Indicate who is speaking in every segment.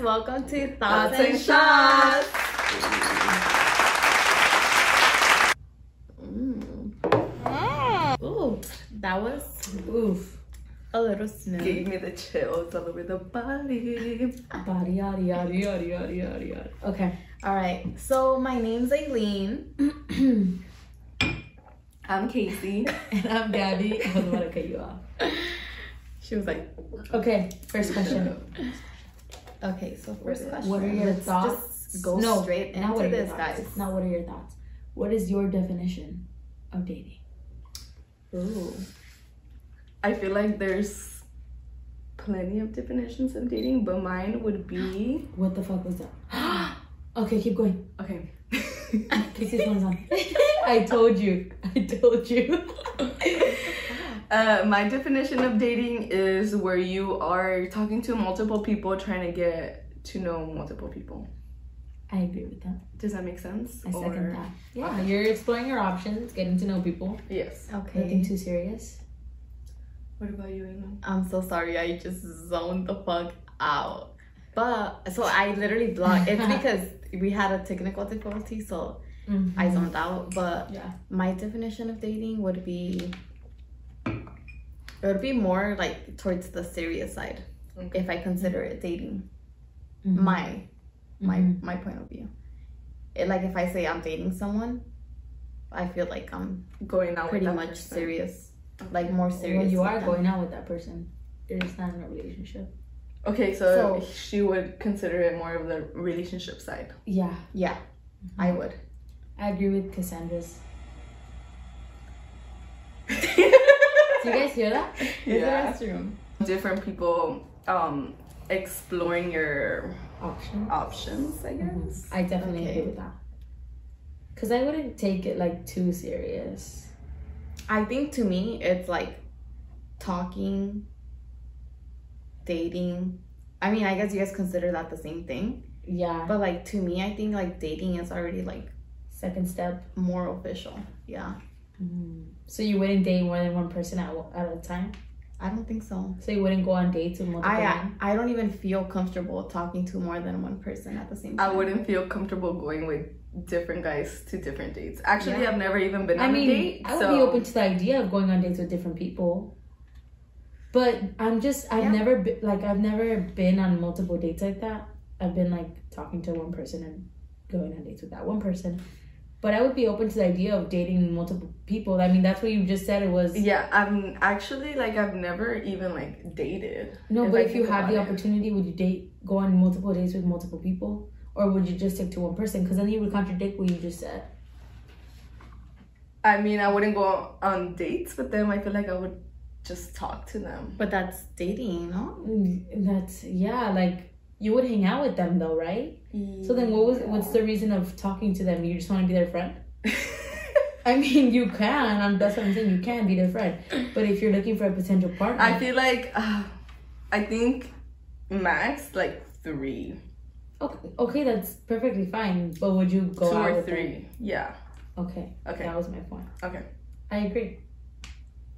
Speaker 1: Welcome to Thoughts
Speaker 2: Thoughts
Speaker 1: and
Speaker 2: and
Speaker 1: Shots. Mm. Ooh, that was
Speaker 2: Oof.
Speaker 1: a little smooth.
Speaker 2: Gave me the chills all over the body.
Speaker 1: Body, yada, yada, yada, yada, yada, yada. Okay. All right. So my name's Aileen, and
Speaker 2: I'm Casey.
Speaker 1: I'm Gabby. I don't want to cut you off.
Speaker 2: She was like,
Speaker 3: Okay, first question.
Speaker 1: Okay. So first
Speaker 2: What
Speaker 1: question.
Speaker 3: are your
Speaker 1: Let's
Speaker 3: thoughts?
Speaker 1: Just go
Speaker 3: No,
Speaker 1: straight
Speaker 3: Now, what
Speaker 1: into
Speaker 3: are your
Speaker 1: this,
Speaker 3: thoughts?
Speaker 1: guys.
Speaker 3: Now, what are your thoughts? What is your definition of dating?
Speaker 1: Ooh.
Speaker 2: I feel like there's plenty of definitions of dating, but mine would be
Speaker 3: What the fuck was that? okay, keep going.
Speaker 2: okay.
Speaker 3: Kick this one's on. I told you. I told you.
Speaker 2: Uh, my definition of dating is where you are talking to multiple people, trying to get to know multiple people.
Speaker 3: I agree with that.
Speaker 2: Does that make sense?
Speaker 3: I second
Speaker 2: Or-
Speaker 3: that. Yeah, you're exploring your options, getting to know people.
Speaker 2: Yes.
Speaker 1: Okay.
Speaker 3: Nothing too serious.
Speaker 2: What about you, Amy?
Speaker 1: I'm so sorry. I just zoned the fuck out. But so I literally blocked. It's because we had a technical difficulty, so
Speaker 3: Mm-hmm.
Speaker 1: I zoned out. But
Speaker 3: Yeah.
Speaker 1: my definition of dating would be it would be more like towards the serious side,
Speaker 2: Okay.
Speaker 1: if I consider it dating.
Speaker 3: Mhm.
Speaker 1: My my
Speaker 3: Mhm.
Speaker 1: my point of view. It, like if I say I'm dating someone, I feel like I'm
Speaker 2: Going out
Speaker 1: pretty
Speaker 2: with that
Speaker 1: much
Speaker 2: person.
Speaker 1: serious, like more serious.
Speaker 3: When you
Speaker 1: with
Speaker 3: are
Speaker 1: them.
Speaker 3: going out with that person, you're just not in a relationship.
Speaker 2: Okay, so,
Speaker 1: So-
Speaker 2: she would consider it more of the relationship side.
Speaker 3: Yeah,
Speaker 1: yeah, I would.
Speaker 3: I agree with Cassandra's. Do you guys hear that?
Speaker 2: yeah.
Speaker 1: the restroom.
Speaker 2: Different people um exploring your
Speaker 3: Option.
Speaker 2: options, I guess.
Speaker 3: I definitely
Speaker 1: Okay.
Speaker 3: agree with that. Cause I wouldn't take it like too serious.
Speaker 1: I think to me, it's like talking, dating. I mean, I guess you guys consider that the same thing,
Speaker 3: Yeah.
Speaker 1: but like to me, I think like dating is already like
Speaker 3: Second step.
Speaker 1: more official. Yeah, Mm.
Speaker 3: So you wouldn't date more than one person at, o- at a time.
Speaker 1: I don't think so.
Speaker 3: So you wouldn't go on dates with multiple.
Speaker 1: I
Speaker 3: men?
Speaker 1: I don't even feel comfortable talking to more than one person at the same
Speaker 2: I
Speaker 1: time.
Speaker 2: wouldn't feel comfortable going with different guys to different dates. Actually, I've never even been
Speaker 3: I
Speaker 2: on
Speaker 3: mean,
Speaker 2: a date.
Speaker 3: I would
Speaker 2: so
Speaker 3: be open to the idea of going on dates with different people. But I'm just I've
Speaker 1: Yeah.
Speaker 3: never been like I've never been on multiple dates like that. I've been like talking to one person and going on dates with that one person. But I would be open to the idea of dating multiple people. I mean, that's what you just said. It was
Speaker 2: yeah, I'm actually like I've never even like dated.
Speaker 3: no,
Speaker 2: if
Speaker 3: but
Speaker 2: I
Speaker 3: if you
Speaker 2: think
Speaker 3: have the
Speaker 2: about it.
Speaker 3: opportunity, would you date go on multiple dates with multiple people, or would you just stick to one person? Because then you would contradict what you just said.
Speaker 2: I mean, I wouldn't go on dates with them. I feel like I would just talk to them.
Speaker 1: but that's dating, no?
Speaker 3: Mm, That's yeah, like you would hang out with them though, right? So then, what was what's the reason of talking to them? You just want to be their friend? I mean, you can. I'm, that's what I'm saying. You can be their friend, but if you're looking for a potential partner,
Speaker 2: I feel like uh, I think max like three,
Speaker 3: okay, okay, that's perfectly fine. But Oh, would you go
Speaker 2: two
Speaker 3: out
Speaker 2: or
Speaker 3: with
Speaker 2: three.
Speaker 3: them?
Speaker 2: Yeah.
Speaker 3: Okay,
Speaker 2: Okay.
Speaker 3: that was my point.
Speaker 2: Okay.
Speaker 3: I agree.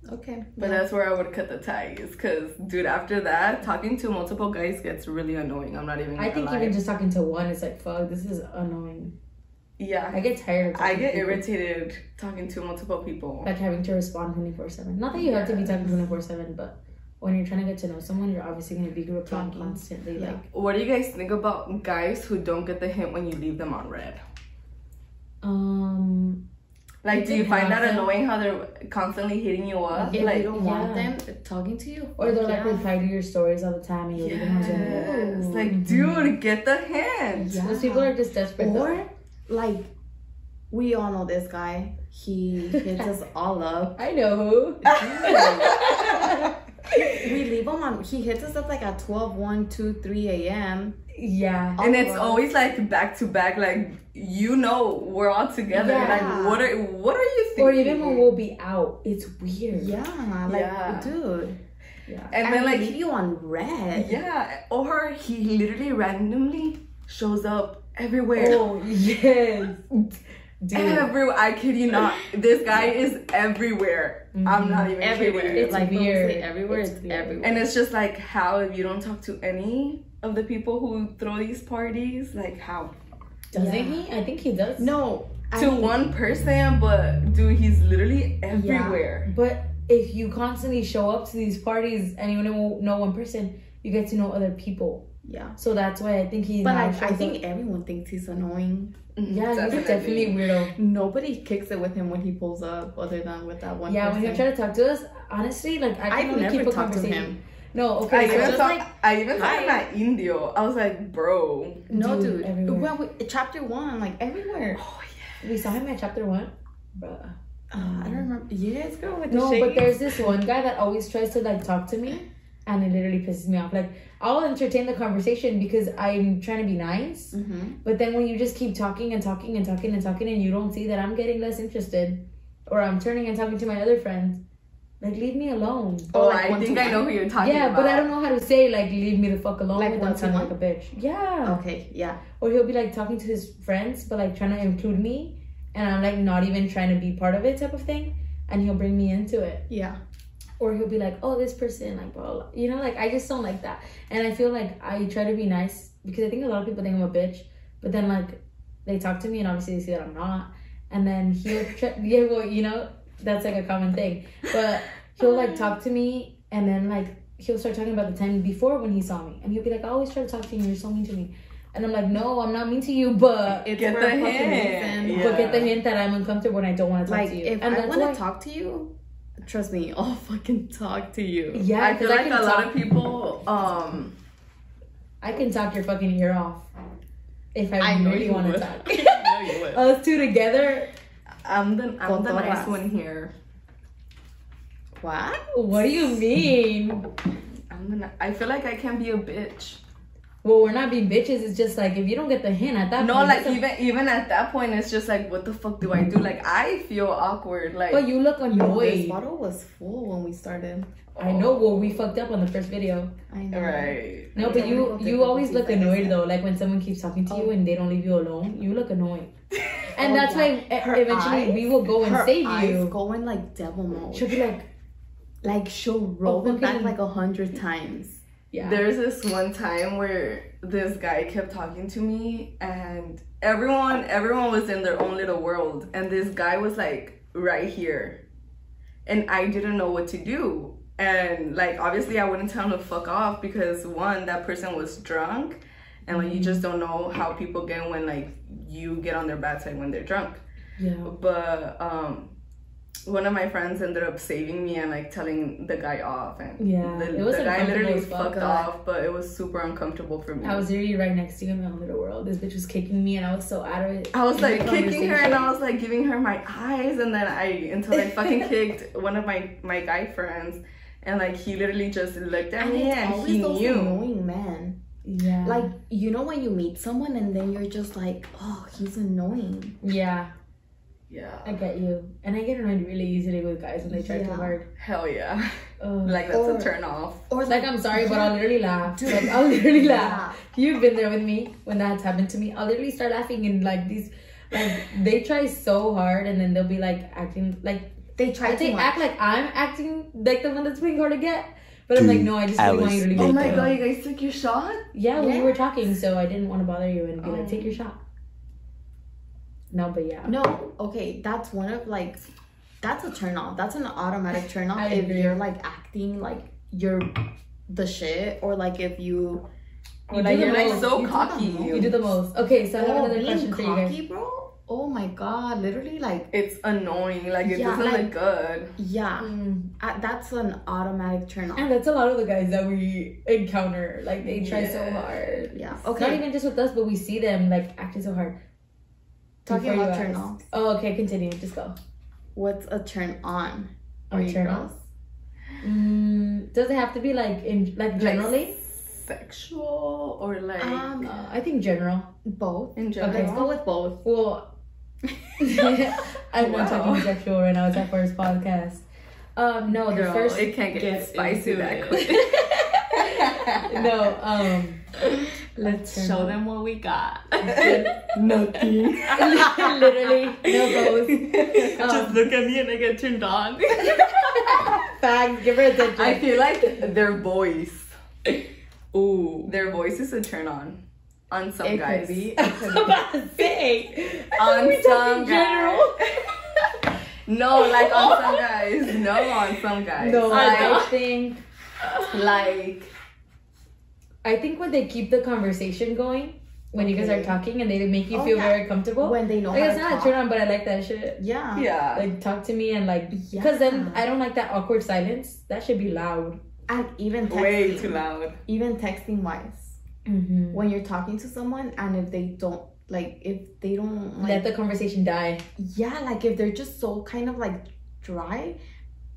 Speaker 1: Okay.
Speaker 2: But that's where I would cut the ties, cause dude, after that, talking to multiple guys gets really annoying. I'm not even. Gonna
Speaker 3: I think
Speaker 2: lie.
Speaker 3: even just talking to one is like, fuck, this is annoying. I
Speaker 2: yeah,
Speaker 3: get tired. Of
Speaker 2: I
Speaker 3: talking to
Speaker 2: get
Speaker 3: people.
Speaker 2: irritated talking to multiple people.
Speaker 3: like having to respond 24 7 not that you have to be talking 24 7 but when you're trying to get to know someone you're obviously going to be replying
Speaker 1: Talking.
Speaker 3: constantly
Speaker 1: Yeah.
Speaker 3: like
Speaker 2: What do you guys think about guys who don't get the hint when you leave them on red?
Speaker 3: um
Speaker 2: Like,
Speaker 3: It
Speaker 2: do you find that
Speaker 3: happens.
Speaker 2: annoying how they're constantly hitting you up?
Speaker 1: If you
Speaker 2: like,
Speaker 1: don't want
Speaker 3: yeah.
Speaker 1: them talking to you,
Speaker 3: or they're like
Speaker 1: yeah.
Speaker 3: replying to your stories all the time and you're leaving them
Speaker 2: yes.
Speaker 3: alone.
Speaker 2: like, dude, get the hint.
Speaker 1: Yeah.
Speaker 3: those people are just desperate though.
Speaker 1: Or like we all know this guy. He hits us all up.
Speaker 3: i know who
Speaker 1: We leave him on he hits us up like at 12, 1, 2, 3 a.m.
Speaker 3: yeah
Speaker 2: and it's
Speaker 1: Awkward.
Speaker 2: always like back to back like you know we're all together
Speaker 1: Yeah.
Speaker 2: like what are what are you thinking
Speaker 3: or even when we'll be out it's weird
Speaker 1: Yeah, like
Speaker 2: Yeah.
Speaker 1: dude.
Speaker 3: yeah
Speaker 2: and
Speaker 1: And,
Speaker 2: then
Speaker 1: leave
Speaker 2: like
Speaker 1: you on red.
Speaker 2: yeah or he literally randomly shows up everywhere
Speaker 3: oh yes dude
Speaker 2: everywhere i kid you not this guy is everywhere I'm not even
Speaker 1: everywhere.
Speaker 2: kidding.
Speaker 3: Mm-hmm. It's
Speaker 1: like when we
Speaker 3: weird.
Speaker 1: say everywhere,
Speaker 3: It's
Speaker 1: it's,
Speaker 3: weird.
Speaker 1: everywhere.
Speaker 2: And it's just like how if you don't talk to any of the people who throw these parties, like how
Speaker 3: Doesn't
Speaker 1: Yeah.
Speaker 3: he? I think he does.
Speaker 1: no, I
Speaker 2: to
Speaker 1: mean,
Speaker 2: one person, but dude, he's literally everywhere.
Speaker 3: But if you constantly show up to these parties and you know know one person, you get to know other people.
Speaker 1: Yeah,
Speaker 3: So that's why I think he.
Speaker 1: but
Speaker 3: now
Speaker 1: I, I
Speaker 3: shows
Speaker 1: think everyone thinks he's annoying.
Speaker 2: Mm-hmm.
Speaker 3: up- Yeah, he's definitely a weirdo.
Speaker 1: Nobody kicks it with him when he pulls up, other than with that one.
Speaker 3: yeah, when
Speaker 1: person.
Speaker 3: you try to talk to us, honestly, like I
Speaker 1: I've
Speaker 3: can only
Speaker 1: never
Speaker 3: keep a
Speaker 1: talked to
Speaker 3: conversation.
Speaker 1: him.
Speaker 3: No,
Speaker 2: I
Speaker 3: okay. so
Speaker 2: even
Speaker 3: just
Speaker 2: saw
Speaker 3: like
Speaker 2: I even saw
Speaker 1: hi.
Speaker 2: him at Indio. I was like, bro.
Speaker 1: No,
Speaker 3: Dude,
Speaker 1: dude.
Speaker 3: everywhere.
Speaker 1: Well, we, chapter one, like everywhere.
Speaker 2: Oh
Speaker 3: we saw him at chapter one. Bruh.
Speaker 1: Uh, I don't remember. Yes, girl, with the
Speaker 3: No, but
Speaker 1: shades.
Speaker 3: there's this one guy that always tries to like talk to me, and it literally pisses me off. Like I'll entertain the conversation because I'm trying to be nice,
Speaker 1: Mhm.
Speaker 3: but then when you just keep talking and talking and talking and talking, and you don't see that I'm getting less interested, or I'm turning and talking to my other friends, like leave me alone.
Speaker 2: Oh,
Speaker 1: Or, like,
Speaker 2: I
Speaker 1: one
Speaker 2: think
Speaker 1: to
Speaker 2: I know who you're talking
Speaker 3: Yeah,
Speaker 2: about.
Speaker 3: but I don't know how to say like leave me the fuck alone
Speaker 1: Like
Speaker 3: without sounding like a bitch. Yeah.
Speaker 2: Oh.
Speaker 1: Okay, yeah.
Speaker 3: Or he'll be like talking to his friends, but like trying to include me, and I'm like not even trying to be part of it type of thing, and he'll bring me into it
Speaker 1: Yeah.
Speaker 3: or he'll be like, "Oh, this person, like, blah, blah, blah." You know, like I just don't like that, and I feel like I try to be nice because I think a lot of people think I'm a bitch, but then like they talk to me and obviously they see that I'm not, and then he'll try, yeah, well, you know, that's like a common thing, but he'll like talk to me and then like he'll start talking about the time before when he saw me, and he'll be like, "I always try to talk to you, and you're so mean to me," and I'm like, "No, I'm not mean to you, but."
Speaker 1: It's
Speaker 2: Get
Speaker 1: for
Speaker 2: the
Speaker 1: a fucking
Speaker 2: hint.
Speaker 1: reason.
Speaker 2: Yeah.
Speaker 3: But get the hint that I'm uncomfortable and I don't want to talk
Speaker 1: Like,
Speaker 3: to you.
Speaker 1: if
Speaker 3: and
Speaker 1: I
Speaker 3: that's
Speaker 1: want
Speaker 3: why-
Speaker 1: to talk to you, trust me, I'll fucking talk to you.
Speaker 3: yeah,
Speaker 2: I feel
Speaker 3: 'cause
Speaker 2: like
Speaker 3: can
Speaker 2: a lot
Speaker 3: talk-
Speaker 2: of people um
Speaker 3: I can talk your fucking ear off if I,
Speaker 1: I know
Speaker 3: really
Speaker 1: you
Speaker 3: want to
Speaker 1: would.
Speaker 3: talk.
Speaker 1: I know you would.
Speaker 3: Us two together.
Speaker 2: I'm the I'm the
Speaker 1: Contodas.
Speaker 2: nice one here.
Speaker 1: What?
Speaker 3: What do you mean?
Speaker 2: I'm gonna I feel like I can be a bitch.
Speaker 3: Well, we're not being bitches. It's just like if you don't get the hint at that
Speaker 2: No,
Speaker 3: point,
Speaker 2: like
Speaker 3: it's a-
Speaker 2: even even at that point it's just like what the fuck do I do? Like I feel awkward. Like
Speaker 3: but you look
Speaker 1: This
Speaker 3: annoyed.
Speaker 1: bottle was full when we started.
Speaker 3: I know. Well, we fucked up on the first video.
Speaker 1: I know.
Speaker 2: Right.
Speaker 3: No, but you you always look annoyed though. Like when someone keeps talking to you and they don't leave you alone, you look annoyed. And
Speaker 1: Oh,
Speaker 3: that's
Speaker 1: yeah.
Speaker 3: why e-
Speaker 1: Her
Speaker 3: eventually we will go and
Speaker 1: Her
Speaker 3: save
Speaker 1: eyes
Speaker 3: you.
Speaker 1: go in like devil mode.
Speaker 3: She'll be like,
Speaker 1: like she'll roll
Speaker 3: Oh,
Speaker 1: it back
Speaker 3: fucking-
Speaker 1: like a hundred times.
Speaker 3: yeah.
Speaker 2: There's this one time where this guy kept talking to me and everyone everyone was in their own little world and this guy was like right here. And I didn't know what to do. And like obviously I wouldn't tell him to fuck off because one, that person was drunk and like you just don't know how people get when like you get on their bad side when they're drunk
Speaker 3: yeah.
Speaker 2: but um one of my friends ended up saving me and like telling the guy off and
Speaker 3: Yeah,
Speaker 2: the,
Speaker 3: it was
Speaker 2: the guy literally
Speaker 3: uncomfortable as fuck,
Speaker 2: fucked off but it was super uncomfortable for me
Speaker 3: I was literally right next to you in my own little world. This bitch was kicking me, and I was so out of it.
Speaker 2: I was like
Speaker 3: Great
Speaker 2: kicking her
Speaker 3: conversation.
Speaker 2: and I was like giving her my eyes and then I until I fucking kicked one of my my guy friends and like he literally just looked at
Speaker 1: And
Speaker 2: me
Speaker 1: it's
Speaker 2: and
Speaker 1: always
Speaker 2: he
Speaker 1: those
Speaker 2: knew
Speaker 1: annoying men.
Speaker 3: Yeah.
Speaker 1: Like you know when you meet someone and then you're just like, oh, he's annoying.
Speaker 3: Yeah, I
Speaker 2: yeah
Speaker 3: get you. And I get annoyed really easily with guys when they try too
Speaker 1: Yeah.
Speaker 3: hard.
Speaker 2: hell yeah
Speaker 3: Ugh.
Speaker 2: like that's
Speaker 1: Or-
Speaker 2: a turn off
Speaker 1: Or
Speaker 3: Like I'm sorry, but I'll literally laugh.
Speaker 1: Dude.
Speaker 3: Like I'll literally laugh.
Speaker 1: yeah.
Speaker 3: You've been there with me when that's happened to me. I'll literally start laughing and like these, like they try so hard and then they'll be like acting like
Speaker 1: they try
Speaker 3: I
Speaker 1: to
Speaker 3: think
Speaker 1: act.
Speaker 3: act like I'm acting like the one that's being hard to get. But I'm like, no, I just really want
Speaker 4: Hours
Speaker 3: you to leave.
Speaker 2: oh
Speaker 3: me
Speaker 2: my
Speaker 3: alone.
Speaker 2: god you guys took your shot
Speaker 3: Yeah, we
Speaker 1: Yeah. Oh.
Speaker 3: were talking, so I didn't want to bother you and be like, take your shot. No, but yeah.
Speaker 1: No, okay, that's one of like, that's a turn off. That's an automatic turn off
Speaker 3: I
Speaker 1: if
Speaker 3: agree.
Speaker 1: you're like acting like you're the shit, or like if you
Speaker 3: You
Speaker 2: like
Speaker 3: do
Speaker 2: you're
Speaker 3: the
Speaker 2: like
Speaker 3: most.
Speaker 2: so
Speaker 1: You do
Speaker 2: cocky
Speaker 1: the most.
Speaker 3: You do the most. Okay, so I have
Speaker 1: oh,
Speaker 3: another question
Speaker 1: being
Speaker 3: for you guys.
Speaker 1: cocky, bro. Oh my god, literally like
Speaker 2: it's annoying like it
Speaker 1: Yeah,
Speaker 2: doesn't
Speaker 1: like-
Speaker 2: look good
Speaker 1: yeah,
Speaker 3: Mm.
Speaker 1: uh, that's an automatic turn off.
Speaker 3: And that's a lot of the guys that we encounter. Like they try so
Speaker 2: Yeah.
Speaker 3: hard.
Speaker 1: Yeah.
Speaker 3: Not
Speaker 1: Okay.
Speaker 3: even just with us, but we see them like acting so hard.
Speaker 1: Talking
Speaker 3: Before you
Speaker 1: about
Speaker 3: ask.
Speaker 1: turn off.
Speaker 3: Oh, okay. Continue. Just go.
Speaker 1: What's a turn on?
Speaker 3: A
Speaker 1: Are Oh, you
Speaker 3: turn
Speaker 1: girls?
Speaker 3: Mm, does it have to be like in like generally?
Speaker 2: sexual or like
Speaker 1: Um,
Speaker 3: Uh, I think general.
Speaker 1: both.
Speaker 2: in general.
Speaker 1: Let's go with both.
Speaker 3: Well, I'm not
Speaker 2: Wow.
Speaker 3: talking sexual right now. It's our first podcast. Um, no, the
Speaker 2: Girl,
Speaker 3: first
Speaker 2: it can't get,
Speaker 1: get
Speaker 2: spicy
Speaker 1: into
Speaker 2: that
Speaker 1: it.
Speaker 2: quick.
Speaker 3: no. Um,
Speaker 1: Let's
Speaker 3: show
Speaker 1: them what we got.
Speaker 2: nothing.
Speaker 3: literally no goes.
Speaker 2: Just
Speaker 3: Um,
Speaker 2: look at me and I get turned on.
Speaker 3: Facts. Give her attention.
Speaker 2: I feel like their voice,
Speaker 1: Ooh.
Speaker 2: their voice is a turn on on some
Speaker 1: It
Speaker 2: guys.
Speaker 1: could be. it
Speaker 3: I was
Speaker 1: could be.
Speaker 3: about to say. I thought
Speaker 2: On
Speaker 3: we were
Speaker 2: some
Speaker 3: talking general.
Speaker 2: guys. no, like on some guys. No, on some guys.
Speaker 3: No,
Speaker 2: like,
Speaker 3: I think
Speaker 2: like
Speaker 3: I think when they keep the conversation going, when you guys
Speaker 1: Okay.
Speaker 3: are talking and they make you
Speaker 1: Oh,
Speaker 3: feel
Speaker 1: yeah.
Speaker 3: very comfortable.
Speaker 1: When they know
Speaker 3: like
Speaker 1: how
Speaker 3: it's
Speaker 1: to
Speaker 3: not
Speaker 1: talk.
Speaker 3: a turn on, but I like that shit.
Speaker 1: Yeah.
Speaker 2: yeah.
Speaker 3: Like talk to me and like because
Speaker 1: Yeah.
Speaker 3: then I don't like that awkward silence. That should be loud.
Speaker 1: And even texting.
Speaker 2: Way too loud.
Speaker 1: Even texting wise.
Speaker 3: Mm-hmm.
Speaker 1: When you're talking to someone and if they don't like if they don't like
Speaker 3: Let the conversation die.
Speaker 1: yeah like if they're just so kind of like dry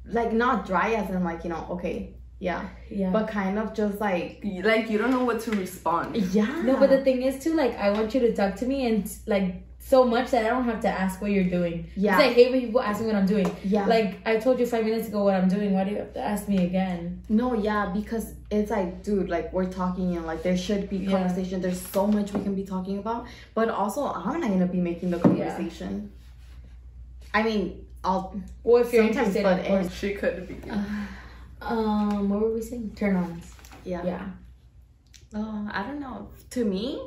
Speaker 1: like not dry as in like you know okay yeah
Speaker 3: Yeah.
Speaker 1: but kind of just like
Speaker 2: You- Like you don't know what to respond.
Speaker 1: yeah
Speaker 3: no, but the thing is too, like I want you to talk to me and like so much that I don't have to ask what you're doing. 'Cause
Speaker 1: yeah
Speaker 3: I hate when people ask me what I'm doing.
Speaker 1: yeah
Speaker 3: Like I told you five minutes ago what I'm doing. Why do you have to ask me again?
Speaker 1: no yeah because it's like dude like we're talking and like there should be
Speaker 3: Yeah.
Speaker 1: conversation there's so much we can be talking about but also i'm not gonna be making the conversation i mean i'll
Speaker 3: Or if you're
Speaker 1: Sometimes
Speaker 3: interested,
Speaker 1: butt
Speaker 3: of course.
Speaker 2: She could be.
Speaker 3: Um, what were we saying? Turn ons.
Speaker 1: yeah
Speaker 3: yeah.
Speaker 1: oh i don't know to me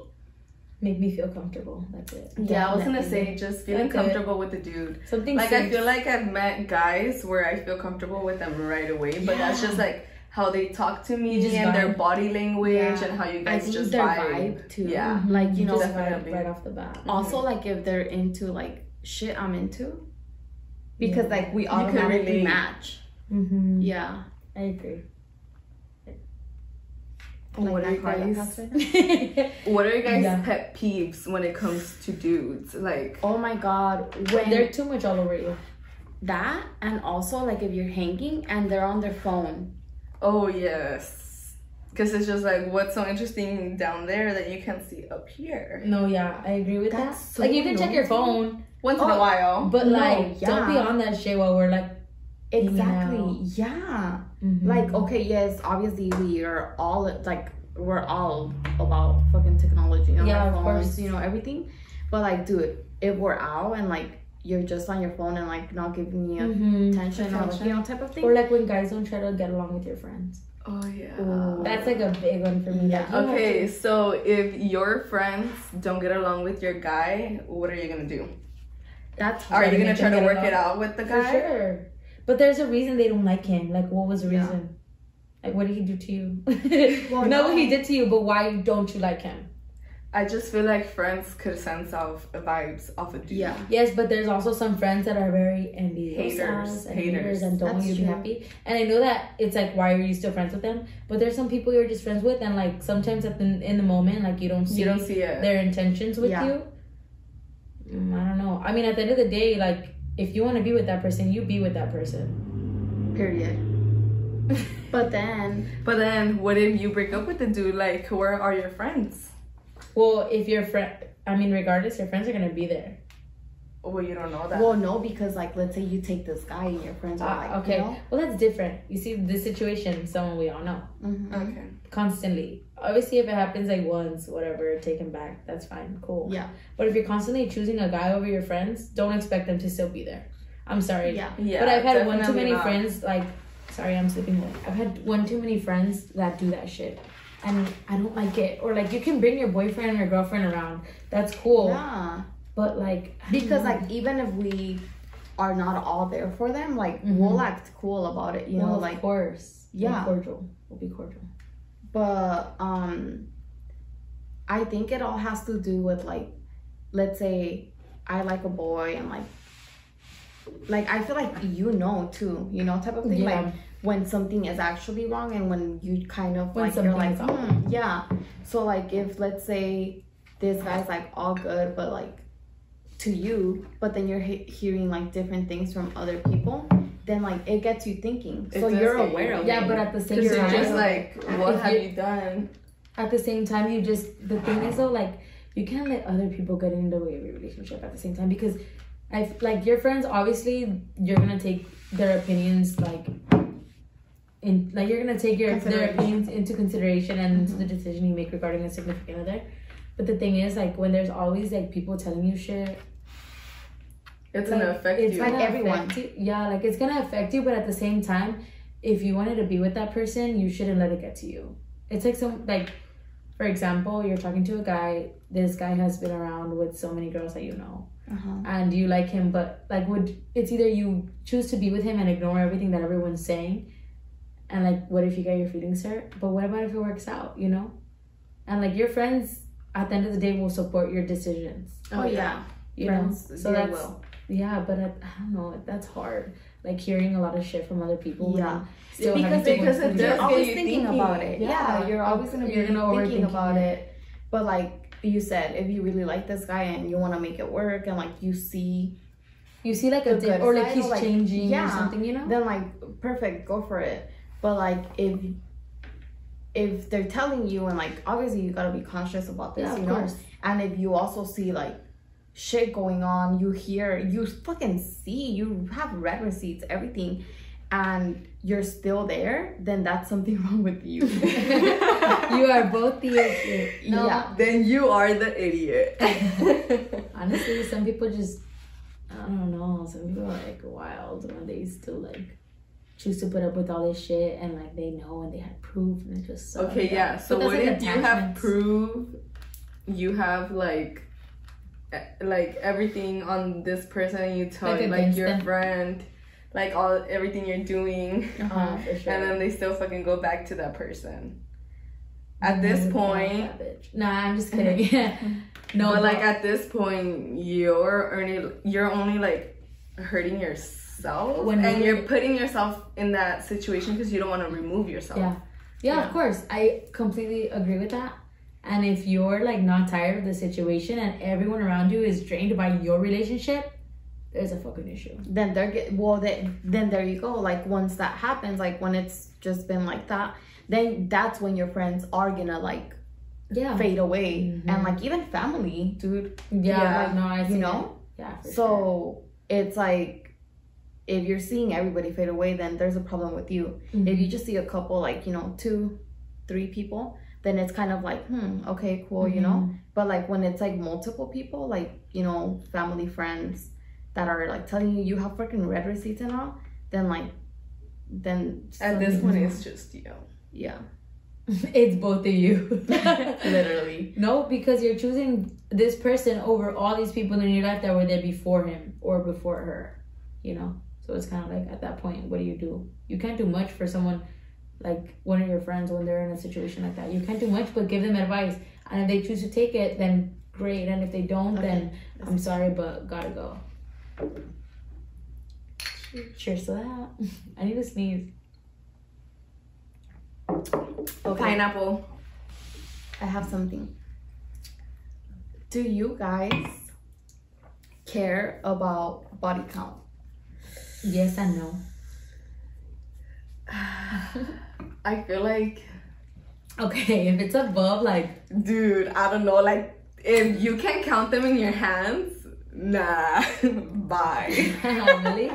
Speaker 3: make me feel comfortable. That's it.
Speaker 1: Yeah,
Speaker 2: I was gonna
Speaker 3: Definitely.
Speaker 2: say just feeling
Speaker 3: Okay.
Speaker 2: comfortable with the dude.
Speaker 3: something
Speaker 2: Like I
Speaker 3: serious.
Speaker 2: feel like I've met guys where I feel comfortable with them right away, but that's
Speaker 1: Yeah.
Speaker 2: just like how they talk to me
Speaker 3: You just
Speaker 2: and their
Speaker 3: vibe.
Speaker 2: body language
Speaker 1: Yeah.
Speaker 2: and how you
Speaker 1: i
Speaker 2: guys
Speaker 1: think
Speaker 2: just
Speaker 1: their
Speaker 2: vibe.
Speaker 1: vibe too
Speaker 2: Yeah.
Speaker 1: like you
Speaker 3: You
Speaker 1: know
Speaker 3: just
Speaker 2: definitely.
Speaker 3: definitely. right off the bat.
Speaker 1: also like if they're into like shit i'm into because like we
Speaker 2: can
Speaker 1: automatically
Speaker 2: relate.
Speaker 1: match
Speaker 3: Mm-hmm.
Speaker 1: yeah
Speaker 3: I agree.
Speaker 1: like
Speaker 2: What
Speaker 1: that
Speaker 2: are
Speaker 1: Carla
Speaker 2: guys-
Speaker 1: Castro.
Speaker 2: What are you guys'
Speaker 3: Yeah.
Speaker 2: pet peeves when it comes to dudes? Like
Speaker 1: oh my god when
Speaker 3: They're too much all over you.
Speaker 1: that and also like if you're hanging and they're on their phone
Speaker 2: oh yes, because it's just like what's so interesting down there that you can't see up here.
Speaker 3: No, yeah, I agree with
Speaker 1: That's
Speaker 3: that.
Speaker 1: so
Speaker 3: like you can check your phone,
Speaker 2: Once in
Speaker 1: Oh.
Speaker 2: a while,
Speaker 3: but
Speaker 1: No,
Speaker 3: like don't be
Speaker 1: yeah.
Speaker 3: on that shit while we're like
Speaker 1: exactly
Speaker 3: out.
Speaker 1: yeah
Speaker 3: mhm.
Speaker 1: like oh, okay yes obviously we are all like we're all about fucking technology and our
Speaker 3: Yeah, of
Speaker 1: phones,
Speaker 3: course.
Speaker 1: you know everything but like dude if we're out and like you're just on your phone and like not giving me
Speaker 3: Mhm.
Speaker 1: attention, or like,
Speaker 2: Attention.
Speaker 1: you know type of thing
Speaker 3: Or like when guys don't try to get along with your friends.
Speaker 2: oh yeah.
Speaker 1: Ooh.
Speaker 3: That's like a big one for me.
Speaker 1: Yeah.
Speaker 3: Like, you have
Speaker 2: Okay, so if your friends don't get along with your guy, what are you gonna do?
Speaker 1: that's
Speaker 2: Are
Speaker 3: Try
Speaker 2: you
Speaker 3: to
Speaker 2: gonna
Speaker 3: make
Speaker 2: try
Speaker 3: them
Speaker 2: to
Speaker 3: get
Speaker 2: work it
Speaker 3: along?
Speaker 2: out with the
Speaker 3: to- for
Speaker 2: guy?
Speaker 3: sure. But there's a reason they don't like him. Like, what was the
Speaker 1: Yeah.
Speaker 3: reason? Like, what did he do to you?
Speaker 1: Well, no.
Speaker 3: not what he did to you, but why don't you like him?
Speaker 2: I just feel like friends could sense off vibes off a dude.
Speaker 1: yeah
Speaker 3: Yes, but there's also some friends that are very envious.
Speaker 2: Haters,
Speaker 3: and haters.
Speaker 2: haters.
Speaker 3: and don't want
Speaker 1: That's
Speaker 3: you to be
Speaker 1: true.
Speaker 3: happy. And I know that it's like, why are you still friends with them? But there's some people you're just friends with, and like sometimes at the, in the moment, like you don't see
Speaker 2: You don't see it.
Speaker 3: their intentions with
Speaker 1: Yeah.
Speaker 3: you. Mm, I don't know. I mean, at the end of the day, like if you want to be with that person, you be with that person.
Speaker 1: period but then
Speaker 2: But then, what if you break up with the dude? Like, where are your friends?
Speaker 3: well, if your friend, I mean, regardless, your friends are gonna be there.
Speaker 2: Oh, Well, you don't know that.
Speaker 1: well no because like let's say you take this guy and your friends are
Speaker 3: Ah,
Speaker 1: like
Speaker 3: okay.
Speaker 1: you know?
Speaker 3: Well, that's different. You see, this situation, someone we all know.
Speaker 1: Mhm.
Speaker 2: okay.
Speaker 3: constantly. Obviously, if it happens like once, whatever, take him back. That's fine, cool.
Speaker 1: Yeah.
Speaker 3: But if you're constantly choosing a guy over your friends, don't expect them to still be there. I'm sorry.
Speaker 1: yeah
Speaker 2: Yeah.
Speaker 3: but I've had one too
Speaker 2: definitely
Speaker 3: many
Speaker 2: not.
Speaker 3: friends like. Sorry, I'm sleeping late. I've had one too many friends that do that shit, and I don't like it. Or like, you can bring your boyfriend or girlfriend around. That's cool.
Speaker 1: yeah
Speaker 3: But like, I don't
Speaker 1: because
Speaker 3: know.
Speaker 1: like even if we are not all there for them like
Speaker 3: Mhm.
Speaker 1: we'll act cool about it you
Speaker 3: Well,
Speaker 1: know
Speaker 3: of
Speaker 1: like
Speaker 3: course, Be
Speaker 1: Yeah.
Speaker 3: cordial. We'll be cordial.
Speaker 1: but um i think it all has to do with like let's say i like a boy and like like i feel like you know too you know type of thing
Speaker 3: Yeah.
Speaker 1: like when something is actually wrong and when you kind of
Speaker 3: When
Speaker 1: like you're
Speaker 3: something
Speaker 1: like
Speaker 3: is off.
Speaker 1: "Hmm, yeah so like if let's say this guy's like all good but like to you but then you're he- hearing like different things from other people then like it gets you thinking
Speaker 2: It
Speaker 1: so
Speaker 2: does
Speaker 1: you're
Speaker 2: get you
Speaker 1: aware of
Speaker 3: Yeah,
Speaker 1: it
Speaker 3: but at the same
Speaker 2: Because
Speaker 3: time,
Speaker 2: it's just like, what
Speaker 3: If
Speaker 2: have
Speaker 3: you-
Speaker 2: you done?
Speaker 3: at the same time you just the thing is though like you can't let other people get in the way of your relationship at the same time because i f- like your friends obviously you're gonna take their opinions like in like you're gonna take your their
Speaker 1: Consideration.
Speaker 3: opinions into consideration and into
Speaker 2: Mm-hmm.
Speaker 3: the decision you make regarding a significant other but the thing is like when there's always like people telling you shit
Speaker 2: It's gonna
Speaker 3: Like,
Speaker 2: affect
Speaker 3: it's
Speaker 2: you.
Speaker 1: Like
Speaker 3: gonna
Speaker 1: everyone.
Speaker 3: affect you. Yeah, like it's gonna affect you, but at the same time, if you wanted to be with that person, you shouldn't let it get to you. It's like some like, for example, you're talking to a guy. This guy has been around with so many girls that you know,
Speaker 1: Uh-huh.
Speaker 3: and you like him, but like would it's either you choose to be with him and ignore everything that everyone's saying, and like what if you get your feelings hurt? But what about if it works out? You know, and like your friends at the end of the day will support your decisions.
Speaker 1: Oh, yeah.
Speaker 3: You
Speaker 1: Friends,
Speaker 3: know,
Speaker 1: so that's will.
Speaker 3: yeah, but I, I don't know. That's hard. Like hearing a lot of shit from other people. and
Speaker 1: Yeah.
Speaker 3: still
Speaker 1: Because-
Speaker 3: having to
Speaker 2: because it
Speaker 3: work through
Speaker 2: does
Speaker 1: You're
Speaker 2: That's
Speaker 1: always
Speaker 2: what you're
Speaker 1: thinking,
Speaker 2: thinking.
Speaker 1: about it. Yeah.
Speaker 3: Yeah.
Speaker 1: you're always gonna be
Speaker 3: You're gonna
Speaker 1: thinking
Speaker 3: overthink
Speaker 1: about
Speaker 3: it.
Speaker 1: it. But like you said, if you really like this guy and you want to make it work, and like you see,
Speaker 3: You see, like a
Speaker 1: The
Speaker 3: dip,
Speaker 1: good
Speaker 3: or like
Speaker 1: side,
Speaker 3: he's
Speaker 1: like,
Speaker 3: changing or
Speaker 1: yeah.
Speaker 3: something. You know.
Speaker 1: then like perfect, go for it. But like if if they're telling you, and like obviously you gotta be conscious about this,
Speaker 3: Yeah, of
Speaker 1: you know.
Speaker 3: course.
Speaker 1: And if you also see like shit going on, you hear, you fucking see, you have red receipts, everything, and you're still there, then that's something wrong with you.
Speaker 3: you are both the issue. No,
Speaker 1: Yeah.
Speaker 2: Then you are the idiot.
Speaker 3: honestly, some people just I don't know. Some people are like wild when they still like choose to put up with all this shit and like they know and they had proof and it just sucks.
Speaker 2: okay, yeah. So
Speaker 3: But
Speaker 2: what
Speaker 3: that's like
Speaker 2: if you have
Speaker 3: attachments.
Speaker 2: proof? You have like, e- like everything on this person. You tell
Speaker 3: Like
Speaker 2: like, like
Speaker 3: against
Speaker 2: your
Speaker 3: them.
Speaker 2: friend, like all everything you're doing.
Speaker 1: Um,
Speaker 3: Uh-huh, for sure.
Speaker 2: and then they still fucking go back to that person. At
Speaker 3: I
Speaker 2: this
Speaker 3: would
Speaker 2: point,
Speaker 3: love that bitch. Mm-hmm. Nah, I'm just kidding. no,
Speaker 2: but like at this point, you're only you're only like hurting yourself,
Speaker 3: When
Speaker 2: and
Speaker 3: we-
Speaker 2: you're putting yourself in that situation because you don't want to remove yourself.
Speaker 3: Yeah. Yeah, of course. I completely agree with that. And if you're like not tired of the situation and everyone around you is drained by your relationship, there's a fucking issue.
Speaker 1: then they're get well they, then there you go like once that happens like when it's just been like that then that's when your friends are gonna like
Speaker 3: Yeah. Mm-hmm.
Speaker 1: fade away and like even family dude
Speaker 3: Yeah,
Speaker 2: Yeah.
Speaker 3: like no, I see
Speaker 1: you know
Speaker 3: that. Yeah. for sure.
Speaker 1: so it's like if you're seeing everybody fade away then there's a problem with you if
Speaker 3: Mm-hmm.
Speaker 1: you just see a couple like you know two three people then it's kind of like hmm okay cool
Speaker 3: Mm-hmm.
Speaker 1: you know but like when it's like multiple people like you know family friends that are like telling you you have fucking red receipts and all then like then
Speaker 2: At
Speaker 1: something-
Speaker 2: this point, it's just you.
Speaker 1: yeah
Speaker 3: it's both of you.
Speaker 1: literally
Speaker 3: no, because you're choosing this person over all these people in your life that were there before him or before her. You know? So it's kind of like at that point, what do you do? You can't do much for someone like one of your friends when they're in a situation like that. You can't do much, but give them advice. And if they choose to take it, then great. And if they don't, then I'm sorry, but gotta go. Cheers to that. I need to sneeze.
Speaker 1: okay
Speaker 2: Pineapple.
Speaker 1: i have something do you guys care about body count
Speaker 3: Yes and no.
Speaker 2: I feel like,
Speaker 3: Okay, if it's above, like
Speaker 2: dude, I don't know. Like, if you can't count them in your hands, nah, bye.
Speaker 3: really?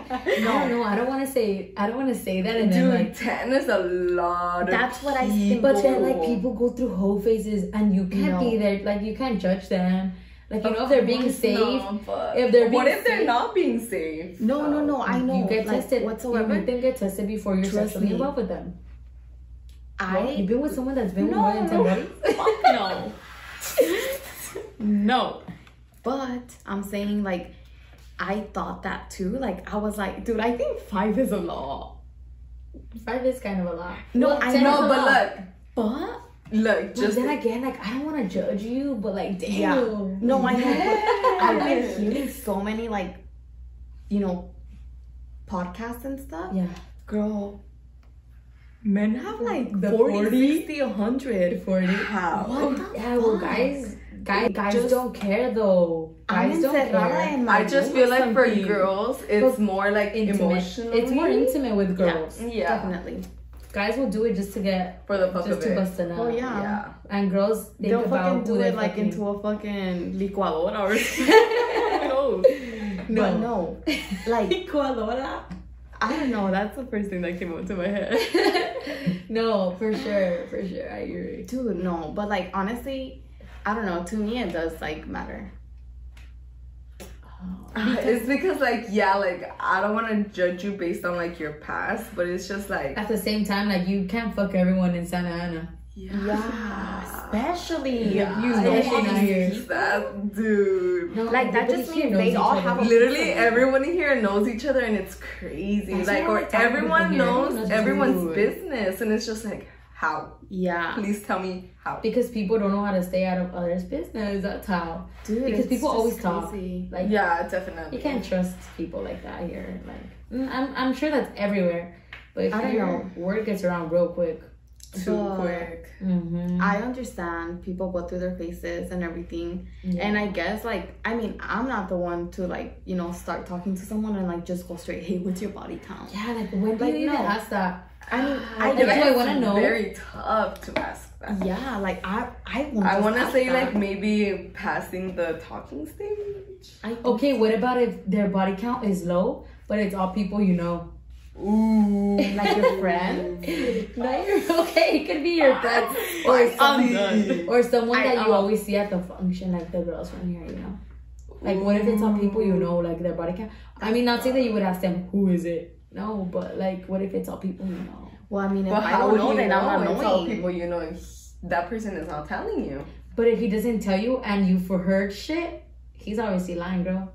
Speaker 3: No, no, I don't want to say. I don't want to say that, and
Speaker 2: Dude,
Speaker 3: then like,
Speaker 2: ten is a lot. of
Speaker 1: That's what I think.
Speaker 3: but then like
Speaker 2: people.
Speaker 3: people go through whole phases, and you can't
Speaker 1: No.
Speaker 3: be there. Like you can't judge them. Like you know, if they're being
Speaker 2: Of course
Speaker 3: safe,
Speaker 2: not, but
Speaker 3: if they're
Speaker 2: what
Speaker 3: being
Speaker 2: if they're
Speaker 3: safe-
Speaker 2: not being safe?
Speaker 1: no no no i know
Speaker 3: you get
Speaker 1: like,
Speaker 3: tested.
Speaker 1: whatsoever
Speaker 3: you make them get tested before you're
Speaker 1: Trust
Speaker 3: sexually
Speaker 1: me.
Speaker 3: in love with them. You've
Speaker 1: i
Speaker 3: been with someone that's been
Speaker 1: No,
Speaker 3: with more than ten
Speaker 1: no.
Speaker 3: bodies.
Speaker 1: Fuck no. no. But I'm saying like I thought that too. Like I was like, dude, I think five is a lot.
Speaker 3: Five is kind of a lot.
Speaker 1: No,
Speaker 3: Well,
Speaker 1: I
Speaker 3: 10 is
Speaker 1: know,
Speaker 3: a
Speaker 2: No, but
Speaker 3: lot.
Speaker 2: look,
Speaker 1: But
Speaker 2: look,
Speaker 3: But
Speaker 2: just
Speaker 3: then again, like I don't want to judge you, but like damn.
Speaker 1: Yeah. no, I know. but I've been hearing so many like, you know, podcasts and stuff.
Speaker 3: Yeah.
Speaker 1: Girl, men have like
Speaker 3: The
Speaker 1: 40,
Speaker 3: 40?
Speaker 1: 60, 100.
Speaker 3: Forty.
Speaker 2: how?
Speaker 1: What the
Speaker 3: Yeah, well,
Speaker 1: fuck?
Speaker 3: guys, guys, guys
Speaker 1: Just-
Speaker 3: don't care though.
Speaker 1: I'm
Speaker 3: Guys don't
Speaker 1: encerrada
Speaker 3: care.
Speaker 1: in my
Speaker 2: I just
Speaker 1: room
Speaker 2: feel
Speaker 1: or
Speaker 2: like for
Speaker 1: something.
Speaker 2: girls, it's
Speaker 3: But
Speaker 2: more like
Speaker 3: intimate.
Speaker 2: emotional.
Speaker 3: It's more intimate with girls.
Speaker 2: Yeah,
Speaker 1: Definitely.
Speaker 3: Guys will do it just to get
Speaker 2: for the fuck
Speaker 3: just
Speaker 2: of
Speaker 3: to
Speaker 2: it.
Speaker 3: bust a nut.
Speaker 1: Oh, yeah.
Speaker 2: Yeah.
Speaker 3: And girls think
Speaker 1: They'll fucking
Speaker 3: about who
Speaker 1: do
Speaker 3: they
Speaker 1: it like
Speaker 3: fucking-
Speaker 1: into a fucking licuadora or something. no. But no. Like, I don't know. That's the first thing that came up to my head.
Speaker 3: no, for sure, for sure. I agree.
Speaker 1: Dude, no. But like, honestly, I don't know. To me, it does like matter.
Speaker 2: it's because like yeah, like I don't want to judge you based on like your past, but it's just like
Speaker 3: At the same time, like you can't fuck everyone in Santa Ana.
Speaker 1: Yeah, especially
Speaker 3: Yeah.
Speaker 1: you
Speaker 3: Especially
Speaker 1: know all
Speaker 3: now
Speaker 1: these
Speaker 3: here.
Speaker 1: people.
Speaker 2: that dude.
Speaker 3: No,
Speaker 1: Like, that just
Speaker 3: everybody here
Speaker 1: means
Speaker 3: knows
Speaker 1: they
Speaker 3: each
Speaker 1: all
Speaker 3: other.
Speaker 1: have a-
Speaker 2: Literally everyone here knows each other and it's crazy.
Speaker 3: That's
Speaker 2: like
Speaker 3: what
Speaker 2: or
Speaker 3: I'm talking about
Speaker 2: everyone
Speaker 3: here.
Speaker 2: knows
Speaker 3: Everyone knows
Speaker 2: everyone's
Speaker 3: dude.
Speaker 2: business and it's just like how?
Speaker 1: Yeah,
Speaker 2: Please tell me how.
Speaker 3: because people don't know how to stay out of others' business. That's how.
Speaker 1: dude,
Speaker 3: Because
Speaker 1: it's
Speaker 3: people
Speaker 1: just
Speaker 3: always talk.
Speaker 1: crazy.
Speaker 3: Like
Speaker 2: yeah,
Speaker 3: you
Speaker 2: definitely.
Speaker 3: can't trust people like that here. Like mm, I'm, I'm sure that's everywhere. But if
Speaker 1: I don't
Speaker 3: your
Speaker 1: know.
Speaker 3: word gets around real quick,
Speaker 2: Too
Speaker 1: But
Speaker 2: quick.
Speaker 3: mm-hmm.
Speaker 1: I understand people go through their phases and everything, and I guess like I mean I'm not the one to like you know start talking to someone and like just go straight hey what's your body count
Speaker 3: yeah, like when do
Speaker 1: Like,
Speaker 3: you even
Speaker 1: no.
Speaker 3: ask that?
Speaker 1: I mean I
Speaker 2: I
Speaker 3: That's
Speaker 2: feel
Speaker 1: guess
Speaker 2: like
Speaker 3: what I
Speaker 2: it's
Speaker 3: wanna know.
Speaker 2: Very tough to ask that.
Speaker 1: yeah like I I won't
Speaker 2: I
Speaker 1: just
Speaker 2: want to
Speaker 1: ask
Speaker 2: say
Speaker 1: that.
Speaker 2: like maybe passing the talking stage.
Speaker 1: I think
Speaker 3: Okay, what about if their body count is low, but it's all people you know,
Speaker 2: Ooh,
Speaker 1: like your friend
Speaker 3: not your okay. It could be your friend or
Speaker 2: spicy.
Speaker 3: some, or someone
Speaker 1: I-
Speaker 3: that you
Speaker 1: um,
Speaker 3: always see at the function, like the girls from here, you know. Like, what if it's all people you know, like their body count? I mean, not say that you would ask them, who is it? No, but like, what if it's all people you know?
Speaker 1: well I mean if
Speaker 2: But
Speaker 1: I
Speaker 2: how
Speaker 1: don't
Speaker 2: would
Speaker 1: know
Speaker 2: you
Speaker 1: then
Speaker 2: know?
Speaker 1: I'm
Speaker 2: it's
Speaker 1: not
Speaker 2: all
Speaker 1: knowing
Speaker 2: people you know. and he- That person is not telling you.
Speaker 3: But if he doesn't tell you and you've heard shit, he's obviously lying, girl.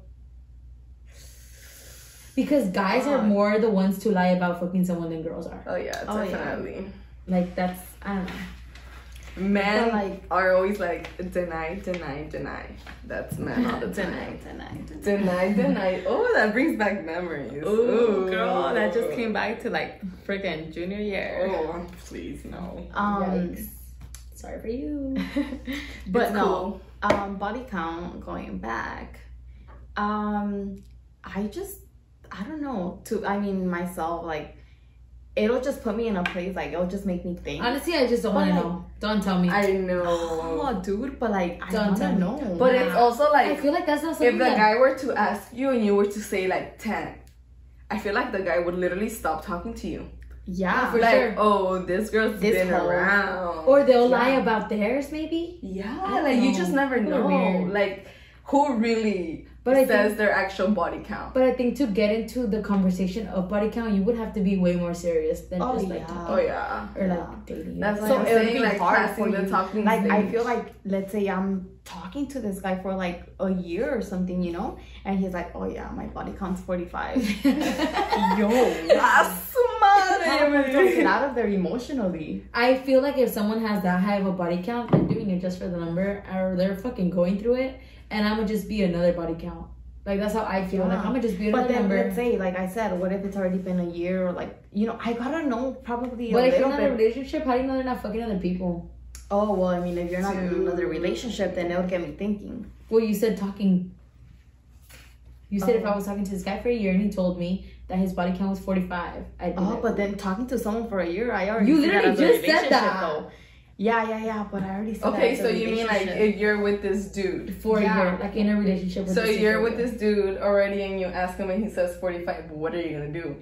Speaker 3: Because guys are
Speaker 2: Fuck.
Speaker 3: more the ones to lie about fucking someone than girls are.
Speaker 2: Oh yeah,
Speaker 1: Oh, yeah.
Speaker 2: definitely.
Speaker 3: Like, that's, I don't know.
Speaker 2: Men
Speaker 1: But, like-
Speaker 2: are always like deny, deny, deny. That's men all the time.
Speaker 1: tonight tonight
Speaker 2: deny, deny. Oh, that brings back memories.
Speaker 1: Ooh,
Speaker 2: Ooh.
Speaker 1: girl, that just came back to like freaking junior year.
Speaker 2: Oh, please no.
Speaker 1: Um,
Speaker 3: Yikes. Sorry for you.
Speaker 1: but
Speaker 2: It's
Speaker 1: no,
Speaker 2: cool.
Speaker 1: um, body count going back. Um, I just, I don't know. To, I mean, myself, like, it'll just put me in a place like it'll just make me think.
Speaker 3: Honestly, I just don't want to
Speaker 1: But, like,
Speaker 3: know. Don't tell me.
Speaker 2: I know.
Speaker 1: oh, dude, but like I
Speaker 3: Don't
Speaker 1: don't
Speaker 3: tell me.
Speaker 1: know.
Speaker 2: But it's also
Speaker 3: I
Speaker 2: like
Speaker 3: feel like that's not something
Speaker 2: if the
Speaker 3: that
Speaker 2: guy were to ask you and you were to say like 10 i feel like the guy would literally stop talking to you
Speaker 1: yeah,
Speaker 3: For
Speaker 2: like
Speaker 3: sure.
Speaker 2: oh this girl's
Speaker 1: This
Speaker 2: been
Speaker 1: hoe.
Speaker 2: around
Speaker 3: Or they'll
Speaker 1: Yeah.
Speaker 3: lie about theirs, maybe.
Speaker 2: yeah
Speaker 3: don't
Speaker 2: like you
Speaker 3: know.
Speaker 1: Oh.
Speaker 2: just never
Speaker 3: People are
Speaker 2: know
Speaker 3: weird.
Speaker 2: like who really
Speaker 3: But I
Speaker 2: says their actual body count
Speaker 3: But I think to get into the conversation of body count, you would have to be way more serious than
Speaker 1: Oh,
Speaker 3: just like
Speaker 1: yeah.
Speaker 3: talking
Speaker 2: oh yeah
Speaker 3: or like
Speaker 1: Yeah.
Speaker 3: dating.
Speaker 2: that's
Speaker 1: So
Speaker 2: why i'm
Speaker 1: it would
Speaker 2: saying
Speaker 1: be
Speaker 2: like
Speaker 1: hard
Speaker 2: passing
Speaker 1: for
Speaker 2: the
Speaker 1: you.
Speaker 2: talking
Speaker 1: like I
Speaker 2: stage.
Speaker 1: feel like let's say I'm talking to this guy for like a year or something, you know, and he's like, oh yeah, my body count's forty five. Yo.
Speaker 2: that's
Speaker 1: How do I get
Speaker 2: smart
Speaker 1: out of there emotionally?
Speaker 3: I feel like if someone has that high of a body count, they're doing it just for the number, or they're fucking going through it, and I'm gonna just be another body count. Like that's how I feel. Like
Speaker 1: Yeah.
Speaker 3: I'm gonna just be
Speaker 1: But
Speaker 3: another
Speaker 1: then
Speaker 3: number.
Speaker 1: let's say, like I said, what if it's already been a year or like you know, I gotta know probably a
Speaker 3: But if you're
Speaker 1: little
Speaker 3: not in a
Speaker 1: bit.
Speaker 3: relationship, how do you know they're not fucking other people?
Speaker 1: Oh well, I mean, if you're not in
Speaker 2: Dude.
Speaker 1: another relationship, then it would get me thinking.
Speaker 3: Well, you said talking. You said if
Speaker 1: Oh.
Speaker 3: I was talking to this guy for a year and he told me that his body count was 45, I'd be
Speaker 1: Oh,
Speaker 3: like,
Speaker 1: but then talking to someone for a year, I already
Speaker 3: You
Speaker 1: see that
Speaker 3: literally
Speaker 1: as a
Speaker 3: just said
Speaker 1: relationship,
Speaker 3: that.
Speaker 1: Though. Yeah, yeah, yeah. But I already said
Speaker 2: okay
Speaker 1: that as a
Speaker 2: so you mean like
Speaker 1: relationship.
Speaker 2: if you're with this dude
Speaker 3: for
Speaker 1: Yeah.
Speaker 3: a year, like in a relationship. With
Speaker 2: so
Speaker 3: this
Speaker 2: you're
Speaker 3: dude.
Speaker 2: with this dude already and you ask him and he says 45 what are you gonna do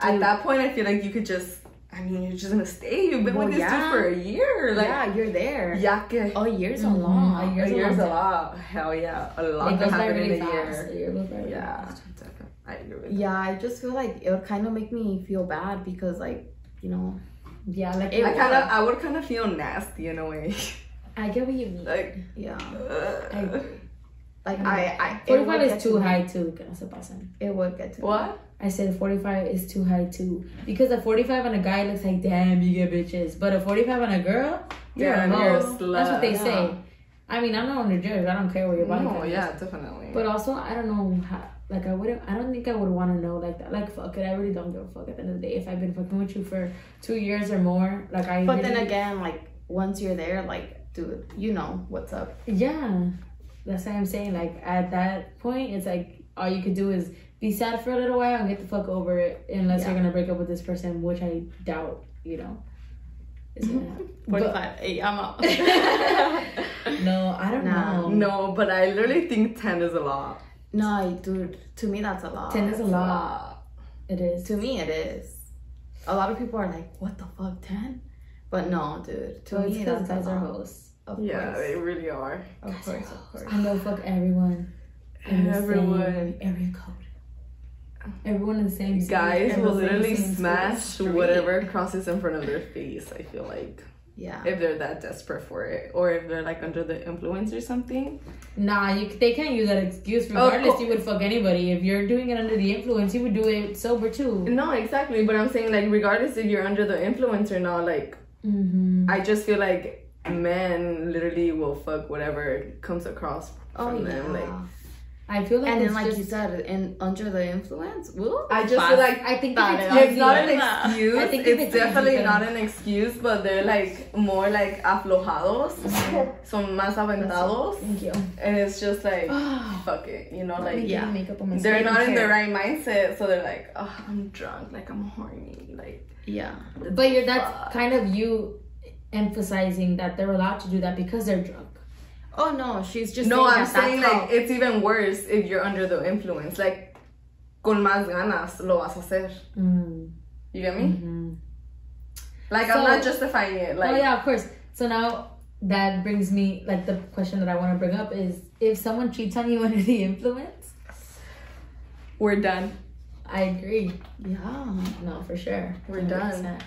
Speaker 2: at
Speaker 3: Dude.
Speaker 2: that point i feel like you could just i mean you're just gonna stay you've been
Speaker 1: Well,
Speaker 2: with this
Speaker 1: yeah.
Speaker 2: dude for a year like
Speaker 1: yeah, you're there.
Speaker 2: yeah, que-
Speaker 1: Oh, years
Speaker 3: Mhm.
Speaker 1: a long.
Speaker 3: A
Speaker 2: a
Speaker 3: year's a
Speaker 2: year's
Speaker 3: long
Speaker 2: a
Speaker 3: time.
Speaker 2: lot hell yeah a lot
Speaker 3: It
Speaker 2: can
Speaker 3: goes by
Speaker 2: happen
Speaker 3: really
Speaker 2: in a
Speaker 3: fast.
Speaker 2: year
Speaker 3: A year goes by really
Speaker 2: yeah
Speaker 3: fast.
Speaker 2: definitely. i agree with
Speaker 1: Yeah, I just feel like it would kind of make me feel bad because, like, you know,
Speaker 3: Yeah, like
Speaker 1: It
Speaker 2: that. i kind of
Speaker 1: was.
Speaker 2: i would kind of feel nasty in a way
Speaker 3: I get what you mean.
Speaker 2: like
Speaker 1: yeah,
Speaker 3: I
Speaker 2: uh,
Speaker 3: agree.
Speaker 1: like I, I it would
Speaker 3: 45
Speaker 1: get
Speaker 3: is
Speaker 1: to
Speaker 3: too
Speaker 1: me.
Speaker 3: high too. Que no se pasen.
Speaker 1: It would get to me.
Speaker 2: what
Speaker 3: I said 45 is too high too. Because a 45 on a guy looks like, damn, you get bitches. But a 45 on a girl, you're
Speaker 2: Damn,
Speaker 3: a
Speaker 2: you're a
Speaker 3: hoe. That's what they
Speaker 1: slut.
Speaker 3: say.
Speaker 1: Yeah.
Speaker 3: I mean, I'm not on the judge. I don't care where your body
Speaker 2: no
Speaker 3: count is.
Speaker 2: yeah definitely
Speaker 3: But also, I don't know how. Like I wouldn't. I don't think I would want to know like that. Like fuck it. I really don't give a fuck at the end of the day. If I've been fucking with you for two years or more, like I.
Speaker 1: But then
Speaker 3: really-
Speaker 1: again, like once you're there, like dude, you know what's up.
Speaker 3: Yeah, that's what I'm saying. Like at that point, it's like all you could do is be sad for a little while and get the fuck over it. Unless you're
Speaker 1: Yeah.
Speaker 3: gonna break up with this person, which I doubt. You know, is gonna happen.
Speaker 1: Forty-five. Hey, I'm out.
Speaker 3: But- no, I don't
Speaker 1: Nah.
Speaker 3: know.
Speaker 2: no but i literally think 10 is a lot
Speaker 1: no, dude. To me, that's a lot.
Speaker 3: ten is a
Speaker 2: It's
Speaker 3: lot. It is.
Speaker 1: To me, it is. A lot of people are like, "What the fuck, 10? But no, dude. To
Speaker 3: So it's
Speaker 1: me,
Speaker 3: because
Speaker 1: that's a
Speaker 3: guys are
Speaker 1: lot.
Speaker 3: hoes.
Speaker 1: Of
Speaker 2: yeah
Speaker 1: course,
Speaker 2: they really are
Speaker 1: of course, of course.
Speaker 3: I know fuck everyone. in the
Speaker 2: Everyone.
Speaker 3: same area code. Everyone in the same street,
Speaker 2: Guys will
Speaker 3: everyone in the
Speaker 2: literally
Speaker 3: same
Speaker 2: smash
Speaker 3: street.
Speaker 2: whatever crosses in front of their face, I feel like.
Speaker 1: Yeah.
Speaker 2: If they're that desperate for it. Or if they're like under the influence or something.
Speaker 3: Nah, you, they can't use that excuse. Regardless,
Speaker 2: course.
Speaker 3: you would fuck anybody. If you're doing it under the influence, you would do it sober too.
Speaker 2: No, exactly. But I'm saying like regardless if you're under the influence or not, like
Speaker 3: Mm-hmm.
Speaker 2: I just feel like men literally will fuck whatever comes across
Speaker 1: Oh
Speaker 2: from them.
Speaker 1: yeah.
Speaker 2: Like
Speaker 3: I feel like
Speaker 1: and
Speaker 3: it's
Speaker 1: then, like
Speaker 3: just,
Speaker 1: you said, in under the influence, woo,
Speaker 2: I just
Speaker 1: fast.
Speaker 2: feel like
Speaker 3: I think
Speaker 1: Bad
Speaker 3: if
Speaker 1: enough.
Speaker 2: it's
Speaker 3: it's
Speaker 2: not
Speaker 3: ugly,
Speaker 2: an
Speaker 1: Yeah.
Speaker 2: excuse.
Speaker 3: I think
Speaker 2: it's
Speaker 3: if it's
Speaker 2: definitely
Speaker 3: ugly,
Speaker 2: not an excuse, but they're like more like aflojados, son más aventados,
Speaker 3: Thank you.
Speaker 2: and it's just like fuck it, you know, like
Speaker 1: yeah.
Speaker 3: makeup on my
Speaker 2: they're
Speaker 3: skin.
Speaker 2: not in the
Speaker 3: Okay.
Speaker 2: right mindset, so they're like, oh, I'm drunk, like I'm horny, like
Speaker 1: yeah,
Speaker 3: But you're, that's kind of you emphasizing that they're allowed to do that because they're drunk.
Speaker 1: Oh no, she's just
Speaker 2: no, I'm
Speaker 1: Saying that
Speaker 2: saying
Speaker 1: that's
Speaker 2: like it's even worse if you're under the influence, like con más ganas lo vas a hacer. You get me? Like I'm
Speaker 3: So-
Speaker 2: not justifying it. Like
Speaker 3: oh yeah, of course. So now that brings me like the question that I want to bring up is if someone cheats on you under the influence,
Speaker 2: we're done.
Speaker 3: I agree.
Speaker 1: how- yeah,
Speaker 3: No, for sure.
Speaker 2: We're done.
Speaker 3: 100%.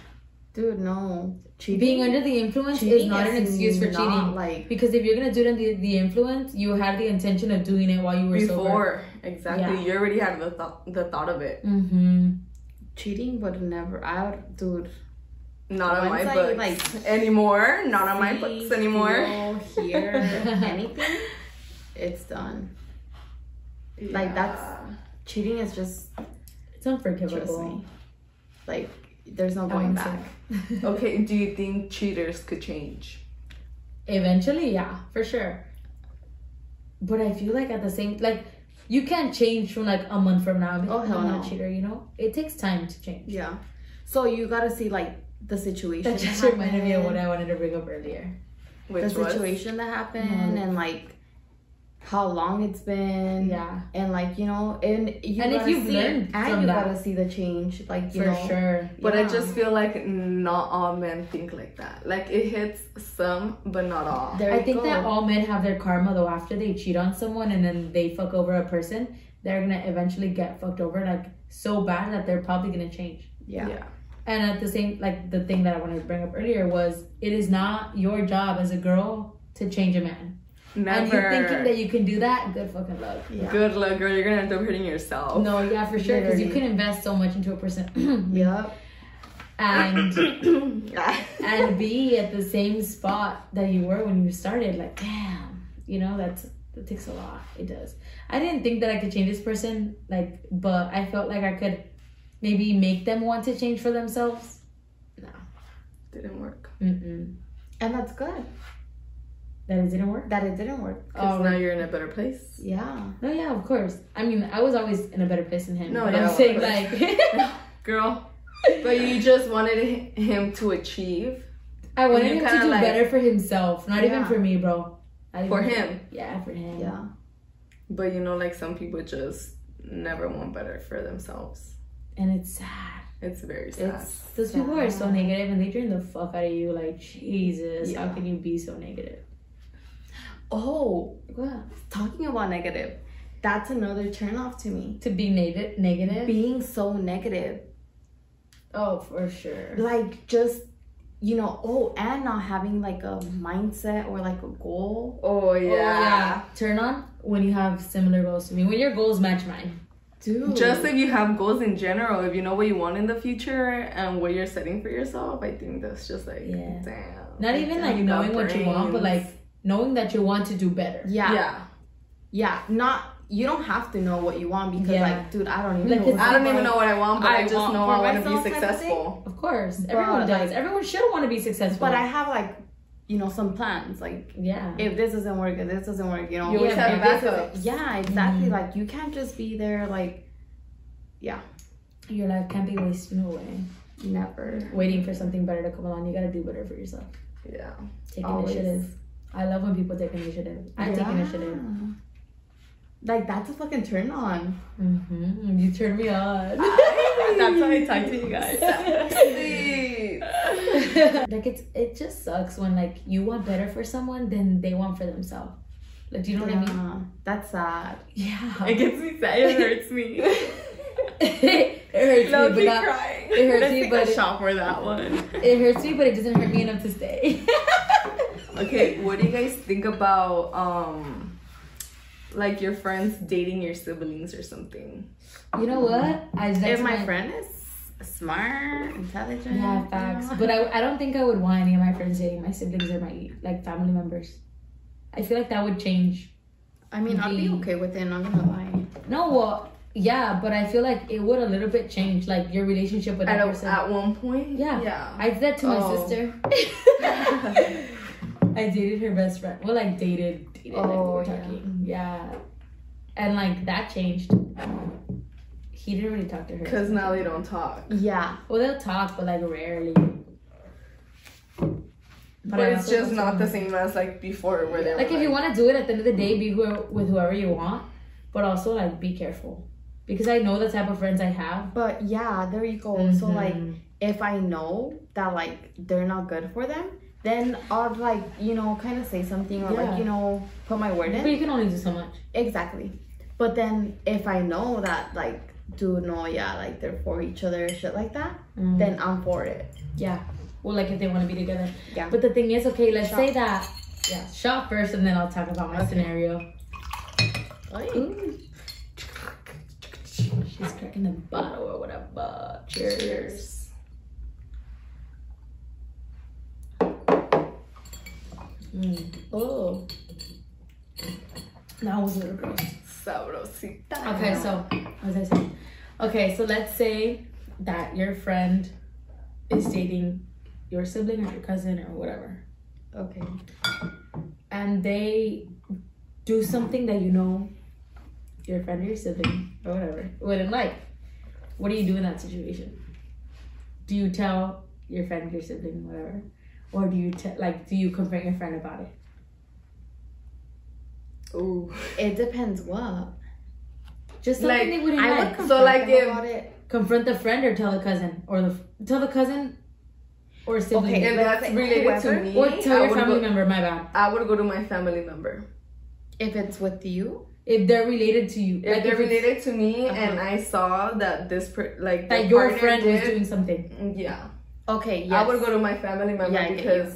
Speaker 1: dude, no, cheating.
Speaker 3: Being under the influence is
Speaker 1: Cheating
Speaker 3: not an
Speaker 1: is
Speaker 3: excuse for
Speaker 1: not,
Speaker 3: cheating.
Speaker 1: like-
Speaker 3: because if you're gonna do it under the, the influence, you had the intention of doing it while you were sober.
Speaker 2: Before exactly,
Speaker 3: Yeah.
Speaker 2: you already had the thought the thought of it.
Speaker 3: Mm-hmm.
Speaker 1: cheating would never. I would, dude.
Speaker 2: Not on my
Speaker 1: Once I,
Speaker 2: books
Speaker 1: like,
Speaker 2: anymore. Not on my
Speaker 1: see,
Speaker 2: books anymore.
Speaker 1: Feel, hear anything, it's done. Like, that's- Cheating is just
Speaker 3: It's
Speaker 1: trust
Speaker 3: unforgivable.
Speaker 1: me. Like, there's no going back.
Speaker 2: Yeah. okay. Do you think cheaters could change?
Speaker 3: Eventually, yeah, for sure. But I feel like at the same like you can't change from like a month from now. and be
Speaker 1: Oh,
Speaker 3: like,
Speaker 1: hell
Speaker 3: I'm not
Speaker 1: no.
Speaker 3: a cheater, you know? It takes time to change.
Speaker 1: Yeah. So you gotta see like the situation.
Speaker 3: That just
Speaker 1: that
Speaker 3: reminded me of what
Speaker 1: happened,
Speaker 3: I wanted to bring up earlier.
Speaker 2: Which
Speaker 1: the
Speaker 2: was
Speaker 1: situation that happened and like how long it's been.
Speaker 3: Yeah.
Speaker 1: And like you know, and you
Speaker 3: And if
Speaker 1: gotta
Speaker 3: you've
Speaker 1: see,
Speaker 3: learned
Speaker 1: and
Speaker 3: from
Speaker 1: you
Speaker 3: that.
Speaker 1: gotta see the change, like you
Speaker 3: For
Speaker 1: know,
Speaker 3: sure.
Speaker 2: But I
Speaker 1: Yeah.
Speaker 2: just feel like not all men think like that. Like it hits some, but not all.
Speaker 1: There
Speaker 3: I
Speaker 1: you
Speaker 3: think
Speaker 1: go.
Speaker 3: that all men have their karma though. After they cheat on someone and then they fuck over a person, they're gonna eventually get fucked over like so bad that they're probably gonna change.
Speaker 1: yeah.
Speaker 3: And at the same, like the thing that I wanted to bring up earlier was, it is not your job as a girl to change a man.
Speaker 2: Never.
Speaker 3: And you're thinking that you can do that? Good fucking luck.
Speaker 1: yeah.
Speaker 2: Good luck, girl. You're gonna end up hurting yourself.
Speaker 3: No, yeah, for sure, because you
Speaker 1: Literally.
Speaker 3: can invest so much into a person,
Speaker 1: Yep.
Speaker 3: and
Speaker 2: Yeah.
Speaker 3: and be at the same spot that you were when you started. Like, damn, you know that's that takes a lot. It does. I didn't think that I could change this person, like, but I felt like I could maybe make them want to change for themselves.
Speaker 2: Didn't work.
Speaker 3: Mm-mm.
Speaker 1: And that's good
Speaker 3: That it didn't work.
Speaker 1: that it didn't work.
Speaker 2: Cause
Speaker 3: Oh.
Speaker 2: now you're in a better place.
Speaker 1: Yeah.
Speaker 3: No, yeah, of course. I mean, I was always in a better place than him.
Speaker 2: No,
Speaker 3: No, but
Speaker 2: yeah,
Speaker 3: I'm saying
Speaker 2: of
Speaker 3: like,
Speaker 2: Girl, but you just wanted him to achieve
Speaker 3: I wanted
Speaker 2: You
Speaker 3: him to
Speaker 2: kinda
Speaker 3: do
Speaker 2: like-
Speaker 3: better for himself, not even
Speaker 1: Yeah.
Speaker 3: for me, bro. Not
Speaker 2: for
Speaker 3: even-
Speaker 2: him.
Speaker 3: Yeah, for him.
Speaker 1: Yeah.
Speaker 2: But you know, like some people just never want better for themselves.
Speaker 3: And it's sad.
Speaker 2: It's very sad.
Speaker 1: It's
Speaker 3: Those people are so
Speaker 1: sad.
Speaker 3: negative, and they drain the fuck out of you. Like Jesus,
Speaker 1: Yeah.
Speaker 3: how can you be so negative?
Speaker 1: Oh,
Speaker 3: What?
Speaker 1: talking about negative, that's another turnoff to me.
Speaker 3: To be negative, negative.
Speaker 1: Being so negative.
Speaker 3: oh, for sure.
Speaker 1: like just you know oh and not having like a mindset or like a goal
Speaker 2: oh
Speaker 3: Oh,
Speaker 2: yeah.
Speaker 3: Turn on when you have similar goals to me. When your goals match mine.
Speaker 1: dude
Speaker 2: Just if you have goals in general, if you know what you want in the future and what you're setting for yourself, I think that's just like
Speaker 3: Yeah.
Speaker 2: damn.
Speaker 3: Not even like
Speaker 2: Damn,
Speaker 3: knowing what you want, but like
Speaker 2: brains.
Speaker 3: knowing that you want to do better.
Speaker 1: yeah, yeah
Speaker 2: yeah.
Speaker 1: not you don't have to know what you want because
Speaker 3: Yeah.
Speaker 1: like dude i don't even
Speaker 3: Like,
Speaker 1: know
Speaker 3: it's-
Speaker 1: what
Speaker 2: I don't even know what I want, but I,
Speaker 1: I
Speaker 2: just
Speaker 1: want
Speaker 2: know
Speaker 1: for
Speaker 2: I want to
Speaker 1: myself
Speaker 2: be
Speaker 1: type of
Speaker 2: successful.
Speaker 3: Of course,
Speaker 1: But,
Speaker 3: everyone does.
Speaker 1: like-
Speaker 3: everyone should want to be successful.
Speaker 1: but i have like you know some plans like
Speaker 3: yeah.
Speaker 1: if this doesn't work if this doesn't work you know
Speaker 2: You always
Speaker 3: Yeah,
Speaker 2: have Mm-hmm.
Speaker 3: but
Speaker 2: have
Speaker 3: this
Speaker 2: backup.
Speaker 1: yeah exactly like you can't just be there like
Speaker 3: Your life can't be wasted away
Speaker 1: never
Speaker 3: waiting for something better to come along. You gotta do better for yourself.
Speaker 2: Yeah.
Speaker 3: Take
Speaker 1: Always.
Speaker 3: initiative. I love when people take initiative. I take
Speaker 1: Yeah.
Speaker 3: initiative.
Speaker 1: like that's a fucking turn on
Speaker 3: hmm You turn me on.
Speaker 1: that's how i talk to you guys
Speaker 2: Please.
Speaker 3: like it's it just sucks when like you want better for someone than they want for themselves. Like, do you know what I mean?
Speaker 1: Yeah, That's sad. It
Speaker 3: Yeah.
Speaker 1: gets me sad. It hurts me.
Speaker 3: it hurts
Speaker 2: Low
Speaker 3: me,
Speaker 2: key
Speaker 3: but not,
Speaker 2: crying.
Speaker 3: it hurts
Speaker 1: Let's
Speaker 3: me,
Speaker 1: take
Speaker 3: but
Speaker 1: a
Speaker 3: it,
Speaker 1: shot for that one.
Speaker 3: it hurts me, but it doesn't hurt me enough to stay.
Speaker 2: Okay, what do you guys think about um like your friends dating your siblings or something?
Speaker 3: You know what? I just
Speaker 1: If my friend is smart, intelligent,
Speaker 3: Yeah,
Speaker 1: you
Speaker 3: facts.
Speaker 1: know?
Speaker 3: But I, I don't think I would want any of my friends dating my siblings or my like family members. I feel like that would change.
Speaker 1: I mean, I'd be
Speaker 3: Be-
Speaker 1: okay with it. Not gonna lie.
Speaker 3: No, well, yeah, but I feel like it would a little bit change like your relationship with
Speaker 2: At
Speaker 3: that
Speaker 2: a,
Speaker 3: person.
Speaker 2: at one point?
Speaker 3: Yeah.
Speaker 2: Yeah.
Speaker 3: I did that to my
Speaker 2: Oh.
Speaker 3: sister. I dated her best friend. Well, like dated, dated. like, we
Speaker 1: Oh,
Speaker 3: were
Speaker 1: yeah.
Speaker 3: talking. Yeah. And like that changed. He didn't really talk to her.
Speaker 2: Cause now they don't talk.
Speaker 1: Yeah,
Speaker 3: Well, they'll talk, but like rarely.
Speaker 2: But,
Speaker 3: I
Speaker 2: it's
Speaker 3: also
Speaker 2: just
Speaker 3: don't
Speaker 2: not
Speaker 3: know.
Speaker 2: the same as like before where they were
Speaker 3: Like if you want to do it at the end of the day, be who- with whoever you want, but also like be careful because I know the type of friends I have.
Speaker 1: but yeah, there you go. So like, if I know that like they're not good for them, then I'll like you know kind of say something or
Speaker 3: Yeah.
Speaker 1: like you know put my word
Speaker 3: but
Speaker 1: in.
Speaker 3: you can only do so much.
Speaker 1: Exactly. But then if I know that like dude, no, yeah, like they're for each other, shit like that,
Speaker 3: Mm.
Speaker 1: then I'm for it.
Speaker 3: yeah, well, like if they want to be together.
Speaker 1: Yeah.
Speaker 3: But the thing is, okay, let's
Speaker 1: Shop.
Speaker 3: say that. Yeah, shop first, and then I'll talk about my scenario. Ooh. She's cracking the bottle or whatever. Cheers.
Speaker 2: Cheers.
Speaker 3: Mm.
Speaker 1: Oh,
Speaker 3: That was a little gross.
Speaker 2: Sabrosita.
Speaker 3: Okay, so as I said, okay, so let's say that your friend is dating your sibling or your cousin or whatever,
Speaker 1: okay.
Speaker 3: and they do something that you know your friend or your sibling or whatever wouldn't like. What do you do in that situation? Do you tell your friend, your sibling, whatever, or do you te- like do you confront your friend about it?
Speaker 2: Ooh.
Speaker 1: It depends what.
Speaker 3: Just something
Speaker 2: Like,
Speaker 3: they wouldn't
Speaker 1: I
Speaker 3: like.
Speaker 1: would
Speaker 2: So,
Speaker 1: confront
Speaker 2: like,
Speaker 1: them
Speaker 2: if-
Speaker 1: about it.
Speaker 3: confront the friend or tell the cousin or the tell the cousin or sibling.
Speaker 1: Okay,
Speaker 2: And
Speaker 1: Let's
Speaker 2: that's
Speaker 1: say
Speaker 2: related
Speaker 1: whoever-
Speaker 2: to me.
Speaker 3: Or tell
Speaker 2: I
Speaker 3: your
Speaker 2: would
Speaker 3: family
Speaker 2: go,
Speaker 3: member, my bad.
Speaker 2: I would go to my family member.
Speaker 1: if it's with you,
Speaker 3: If they're related to you.
Speaker 2: If they're
Speaker 3: it's-
Speaker 2: related to me
Speaker 3: Uh-huh.
Speaker 2: and I saw that this per- like
Speaker 3: that
Speaker 2: the
Speaker 3: your
Speaker 2: partner
Speaker 3: friend was
Speaker 2: did- mm,
Speaker 3: doing something.
Speaker 2: Yeah.
Speaker 1: okay, yes,
Speaker 2: I would go to my family member
Speaker 1: Yeah, I get
Speaker 2: because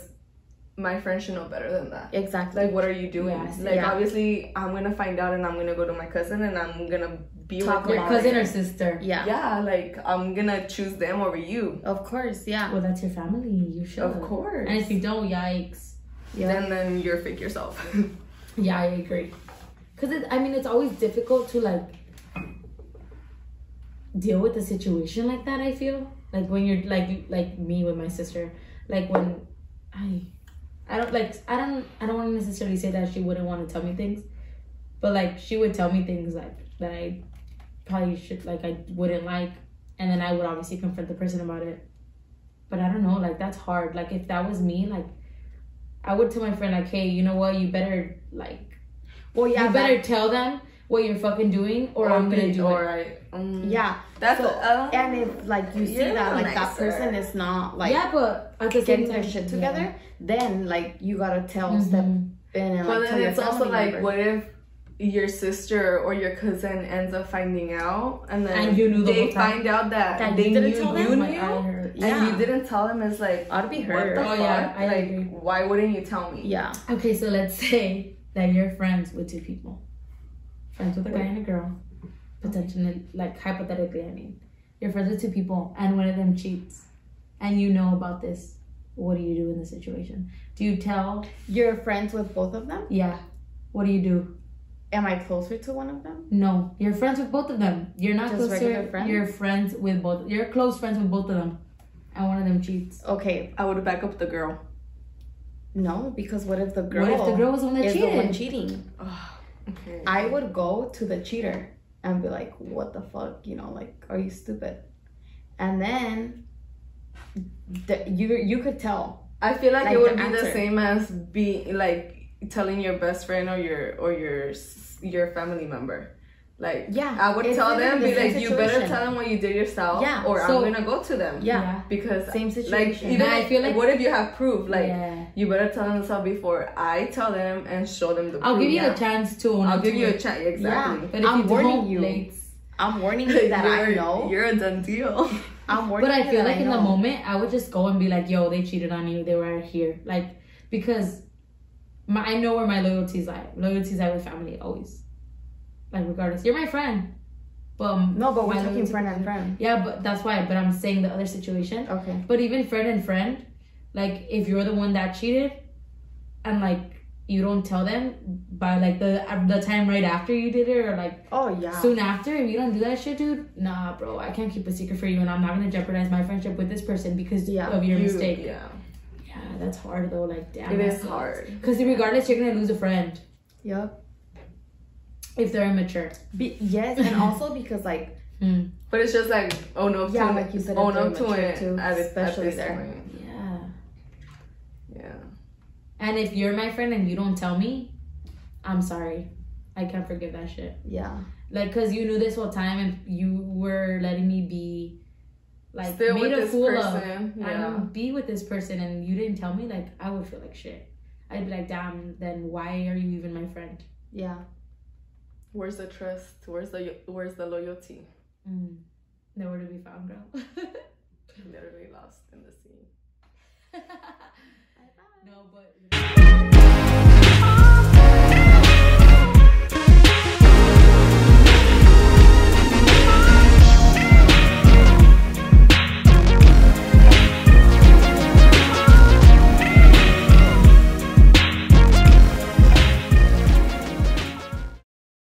Speaker 2: my friend should know better than that.
Speaker 1: exactly.
Speaker 2: Like, what are you doing?
Speaker 3: Yes,
Speaker 2: like,
Speaker 1: yeah.
Speaker 2: obviously, I'm gonna find out, and I'm gonna go to my cousin, and I'm gonna be
Speaker 1: Talk
Speaker 2: with
Speaker 3: Your
Speaker 1: about
Speaker 3: cousin
Speaker 2: it.
Speaker 3: or sister.
Speaker 1: yeah.
Speaker 2: yeah, like I'm gonna choose them over you,
Speaker 1: of course, yeah,
Speaker 3: Well, that's your family. You should.
Speaker 2: of course.
Speaker 3: And if you don't, yikes.
Speaker 1: yeah.
Speaker 2: And then you're fake yourself.
Speaker 3: Yeah, I agree. Cause it, I mean, it's always difficult to like deal with a situation like that. I feel like when you're like like me with my sister, like when I, I don't like I don't I don't want to necessarily say that she wouldn't want to tell me things, but like she would tell me things like that I probably should like I wouldn't like, and then I would obviously confront the person about it. But I don't know, like that's hard. Like if that was me, like I would tell my friend like, hey, you know what, you better like
Speaker 1: Well, yeah, that-
Speaker 3: you better tell them what you're fucking doing, or, I'm gonna
Speaker 2: be-
Speaker 3: do
Speaker 2: or
Speaker 3: it.
Speaker 2: I, mm,
Speaker 1: yeah.
Speaker 2: That's
Speaker 1: So,
Speaker 2: uh,
Speaker 1: And if like you see
Speaker 2: You're
Speaker 1: that like that
Speaker 2: nicer.
Speaker 1: person is not like
Speaker 3: yeah, but at the same
Speaker 1: getting
Speaker 3: time,
Speaker 1: their shit
Speaker 3: yeah.
Speaker 1: together, then like you gotta tell
Speaker 3: Mhm.
Speaker 1: step in and
Speaker 2: But
Speaker 1: like tell
Speaker 2: Mm-hmm. then
Speaker 1: your
Speaker 2: it's also
Speaker 1: family
Speaker 2: like,
Speaker 1: member.
Speaker 2: what if your sister or your cousin ends up finding out, and then
Speaker 3: And you knew the
Speaker 2: they
Speaker 3: whole time
Speaker 2: find out that,
Speaker 1: That
Speaker 2: they
Speaker 1: you didn't
Speaker 2: knew
Speaker 1: tell
Speaker 2: you
Speaker 1: them?
Speaker 3: Like,
Speaker 2: knew,
Speaker 3: I heard-
Speaker 1: Yeah.
Speaker 2: and you didn't tell them. It's like
Speaker 1: I'd be
Speaker 2: What
Speaker 1: hurt.
Speaker 2: the
Speaker 3: Oh,
Speaker 2: fuck?
Speaker 3: yeah, I
Speaker 2: like,
Speaker 3: agree.
Speaker 2: why wouldn't you tell me?
Speaker 1: yeah,
Speaker 3: Okay, so let's say that you're friends with two people, friends with a guy and a girl, potentially like hypothetically, I mean, you're friends with two people, and one of them cheats, and you know about this. What do you do in the situation? Do you tell?
Speaker 1: you're friends with both of them.
Speaker 3: Yeah. What do you do?
Speaker 1: Am I closer to one of them?
Speaker 3: No, you're friends with both of them. You're not
Speaker 1: Just
Speaker 3: close to
Speaker 1: regular
Speaker 3: your
Speaker 1: friends?
Speaker 3: You're friends with both. You're close friends with both of them, and one of them cheats.
Speaker 1: Okay,
Speaker 2: I would back up the girl.
Speaker 1: no, because what if the girl?
Speaker 3: What if the girl was the one that
Speaker 1: is the one
Speaker 3: cheated?
Speaker 1: cheating?
Speaker 2: Okay.
Speaker 1: I would go to the cheater and be like, "What the fuck? You know, like, are you stupid?" And then the, you you could tell.
Speaker 2: I feel like,
Speaker 1: Like
Speaker 2: it would
Speaker 1: the
Speaker 2: be the
Speaker 1: answer.
Speaker 2: same as being like telling your best friend or your or your s- your family member. Like
Speaker 1: Yeah,
Speaker 2: I would
Speaker 1: it's
Speaker 2: tell them,
Speaker 1: literally
Speaker 2: be
Speaker 1: the same
Speaker 2: like, you better
Speaker 1: situation.
Speaker 2: tell them what you did yourself,
Speaker 1: Yeah,
Speaker 2: or
Speaker 3: so-
Speaker 2: I'm gonna go to them.
Speaker 1: Yeah.
Speaker 2: because
Speaker 1: Same
Speaker 2: like
Speaker 1: situation.
Speaker 2: even
Speaker 3: Yeah, I
Speaker 2: if-
Speaker 3: feel like-
Speaker 2: what if you have proof? Like
Speaker 3: Yeah.
Speaker 2: you better tell them stuff before I tell them and show them the.
Speaker 3: I'll
Speaker 2: proof.
Speaker 3: give you
Speaker 2: Yeah.
Speaker 3: a chance to own
Speaker 2: I'll
Speaker 3: up
Speaker 2: give
Speaker 3: to
Speaker 2: you a
Speaker 3: it.
Speaker 2: chance. Exactly.
Speaker 3: But if
Speaker 1: I'm
Speaker 3: you
Speaker 1: warning
Speaker 3: don't,
Speaker 1: you.
Speaker 3: like,
Speaker 1: I'm warning you that I
Speaker 2: You're-
Speaker 1: know.
Speaker 2: You're a done deal.
Speaker 1: I'm warning
Speaker 3: But
Speaker 1: you.
Speaker 3: I feel
Speaker 1: that
Speaker 3: like in the
Speaker 1: know.
Speaker 3: moment, I would just go and be like, "Yo, they cheated on you. They were here." Like because my, I know where my loyalties lie. Loyalties lie with family always. Like regardless, you're my friend. But um,
Speaker 1: No, but we're
Speaker 3: my
Speaker 1: talking
Speaker 3: loyalty-
Speaker 1: friend and friend.
Speaker 3: Yeah, but that's why. But I'm saying the other situation.
Speaker 1: Okay.
Speaker 3: But even friend and friend, like if you're the one that cheated, and like you don't tell them by like the uh, the time right after you did it or like
Speaker 1: Oh yeah.
Speaker 3: soon after if you don't do that shit dude nah bro i can't keep a secret for you and i'm not gonna jeopardize my friendship with this person because
Speaker 1: Yeah,
Speaker 3: of your
Speaker 2: You-
Speaker 3: mistake yeah.
Speaker 2: Yeah,
Speaker 3: that's hard though like damn
Speaker 2: it is hard.
Speaker 3: because regardless you're gonna lose a friend
Speaker 1: yep.
Speaker 3: if they're immature
Speaker 1: Be- yes, and also because like
Speaker 3: Hmm.
Speaker 2: But it's just like oh own up
Speaker 1: Yeah,
Speaker 2: to
Speaker 1: like you said,
Speaker 2: own
Speaker 1: it's
Speaker 2: up to
Speaker 1: very
Speaker 2: it
Speaker 1: mature too,
Speaker 2: at, this- at
Speaker 1: especially
Speaker 2: this
Speaker 1: there.
Speaker 2: point.
Speaker 3: yeah
Speaker 2: Yeah.
Speaker 3: and if you're my friend and you don't tell me i'm sorry i can't forgive that shit
Speaker 1: yeah.
Speaker 3: like because you knew this whole time and you were letting me be like
Speaker 2: Still
Speaker 3: made
Speaker 2: with
Speaker 3: a
Speaker 2: this
Speaker 3: fool of
Speaker 2: person.
Speaker 3: I
Speaker 2: Yeah.
Speaker 3: would be with this person and you didn't tell me, like, I would feel like shit. I'd be like, damn, then why are you even my friend?
Speaker 1: Yeah.
Speaker 2: Where's the trust? Where's the where's the loyalty?
Speaker 3: Mm. Nowhere to be found, girl.
Speaker 2: Literally lost in the sea.
Speaker 3: no, but.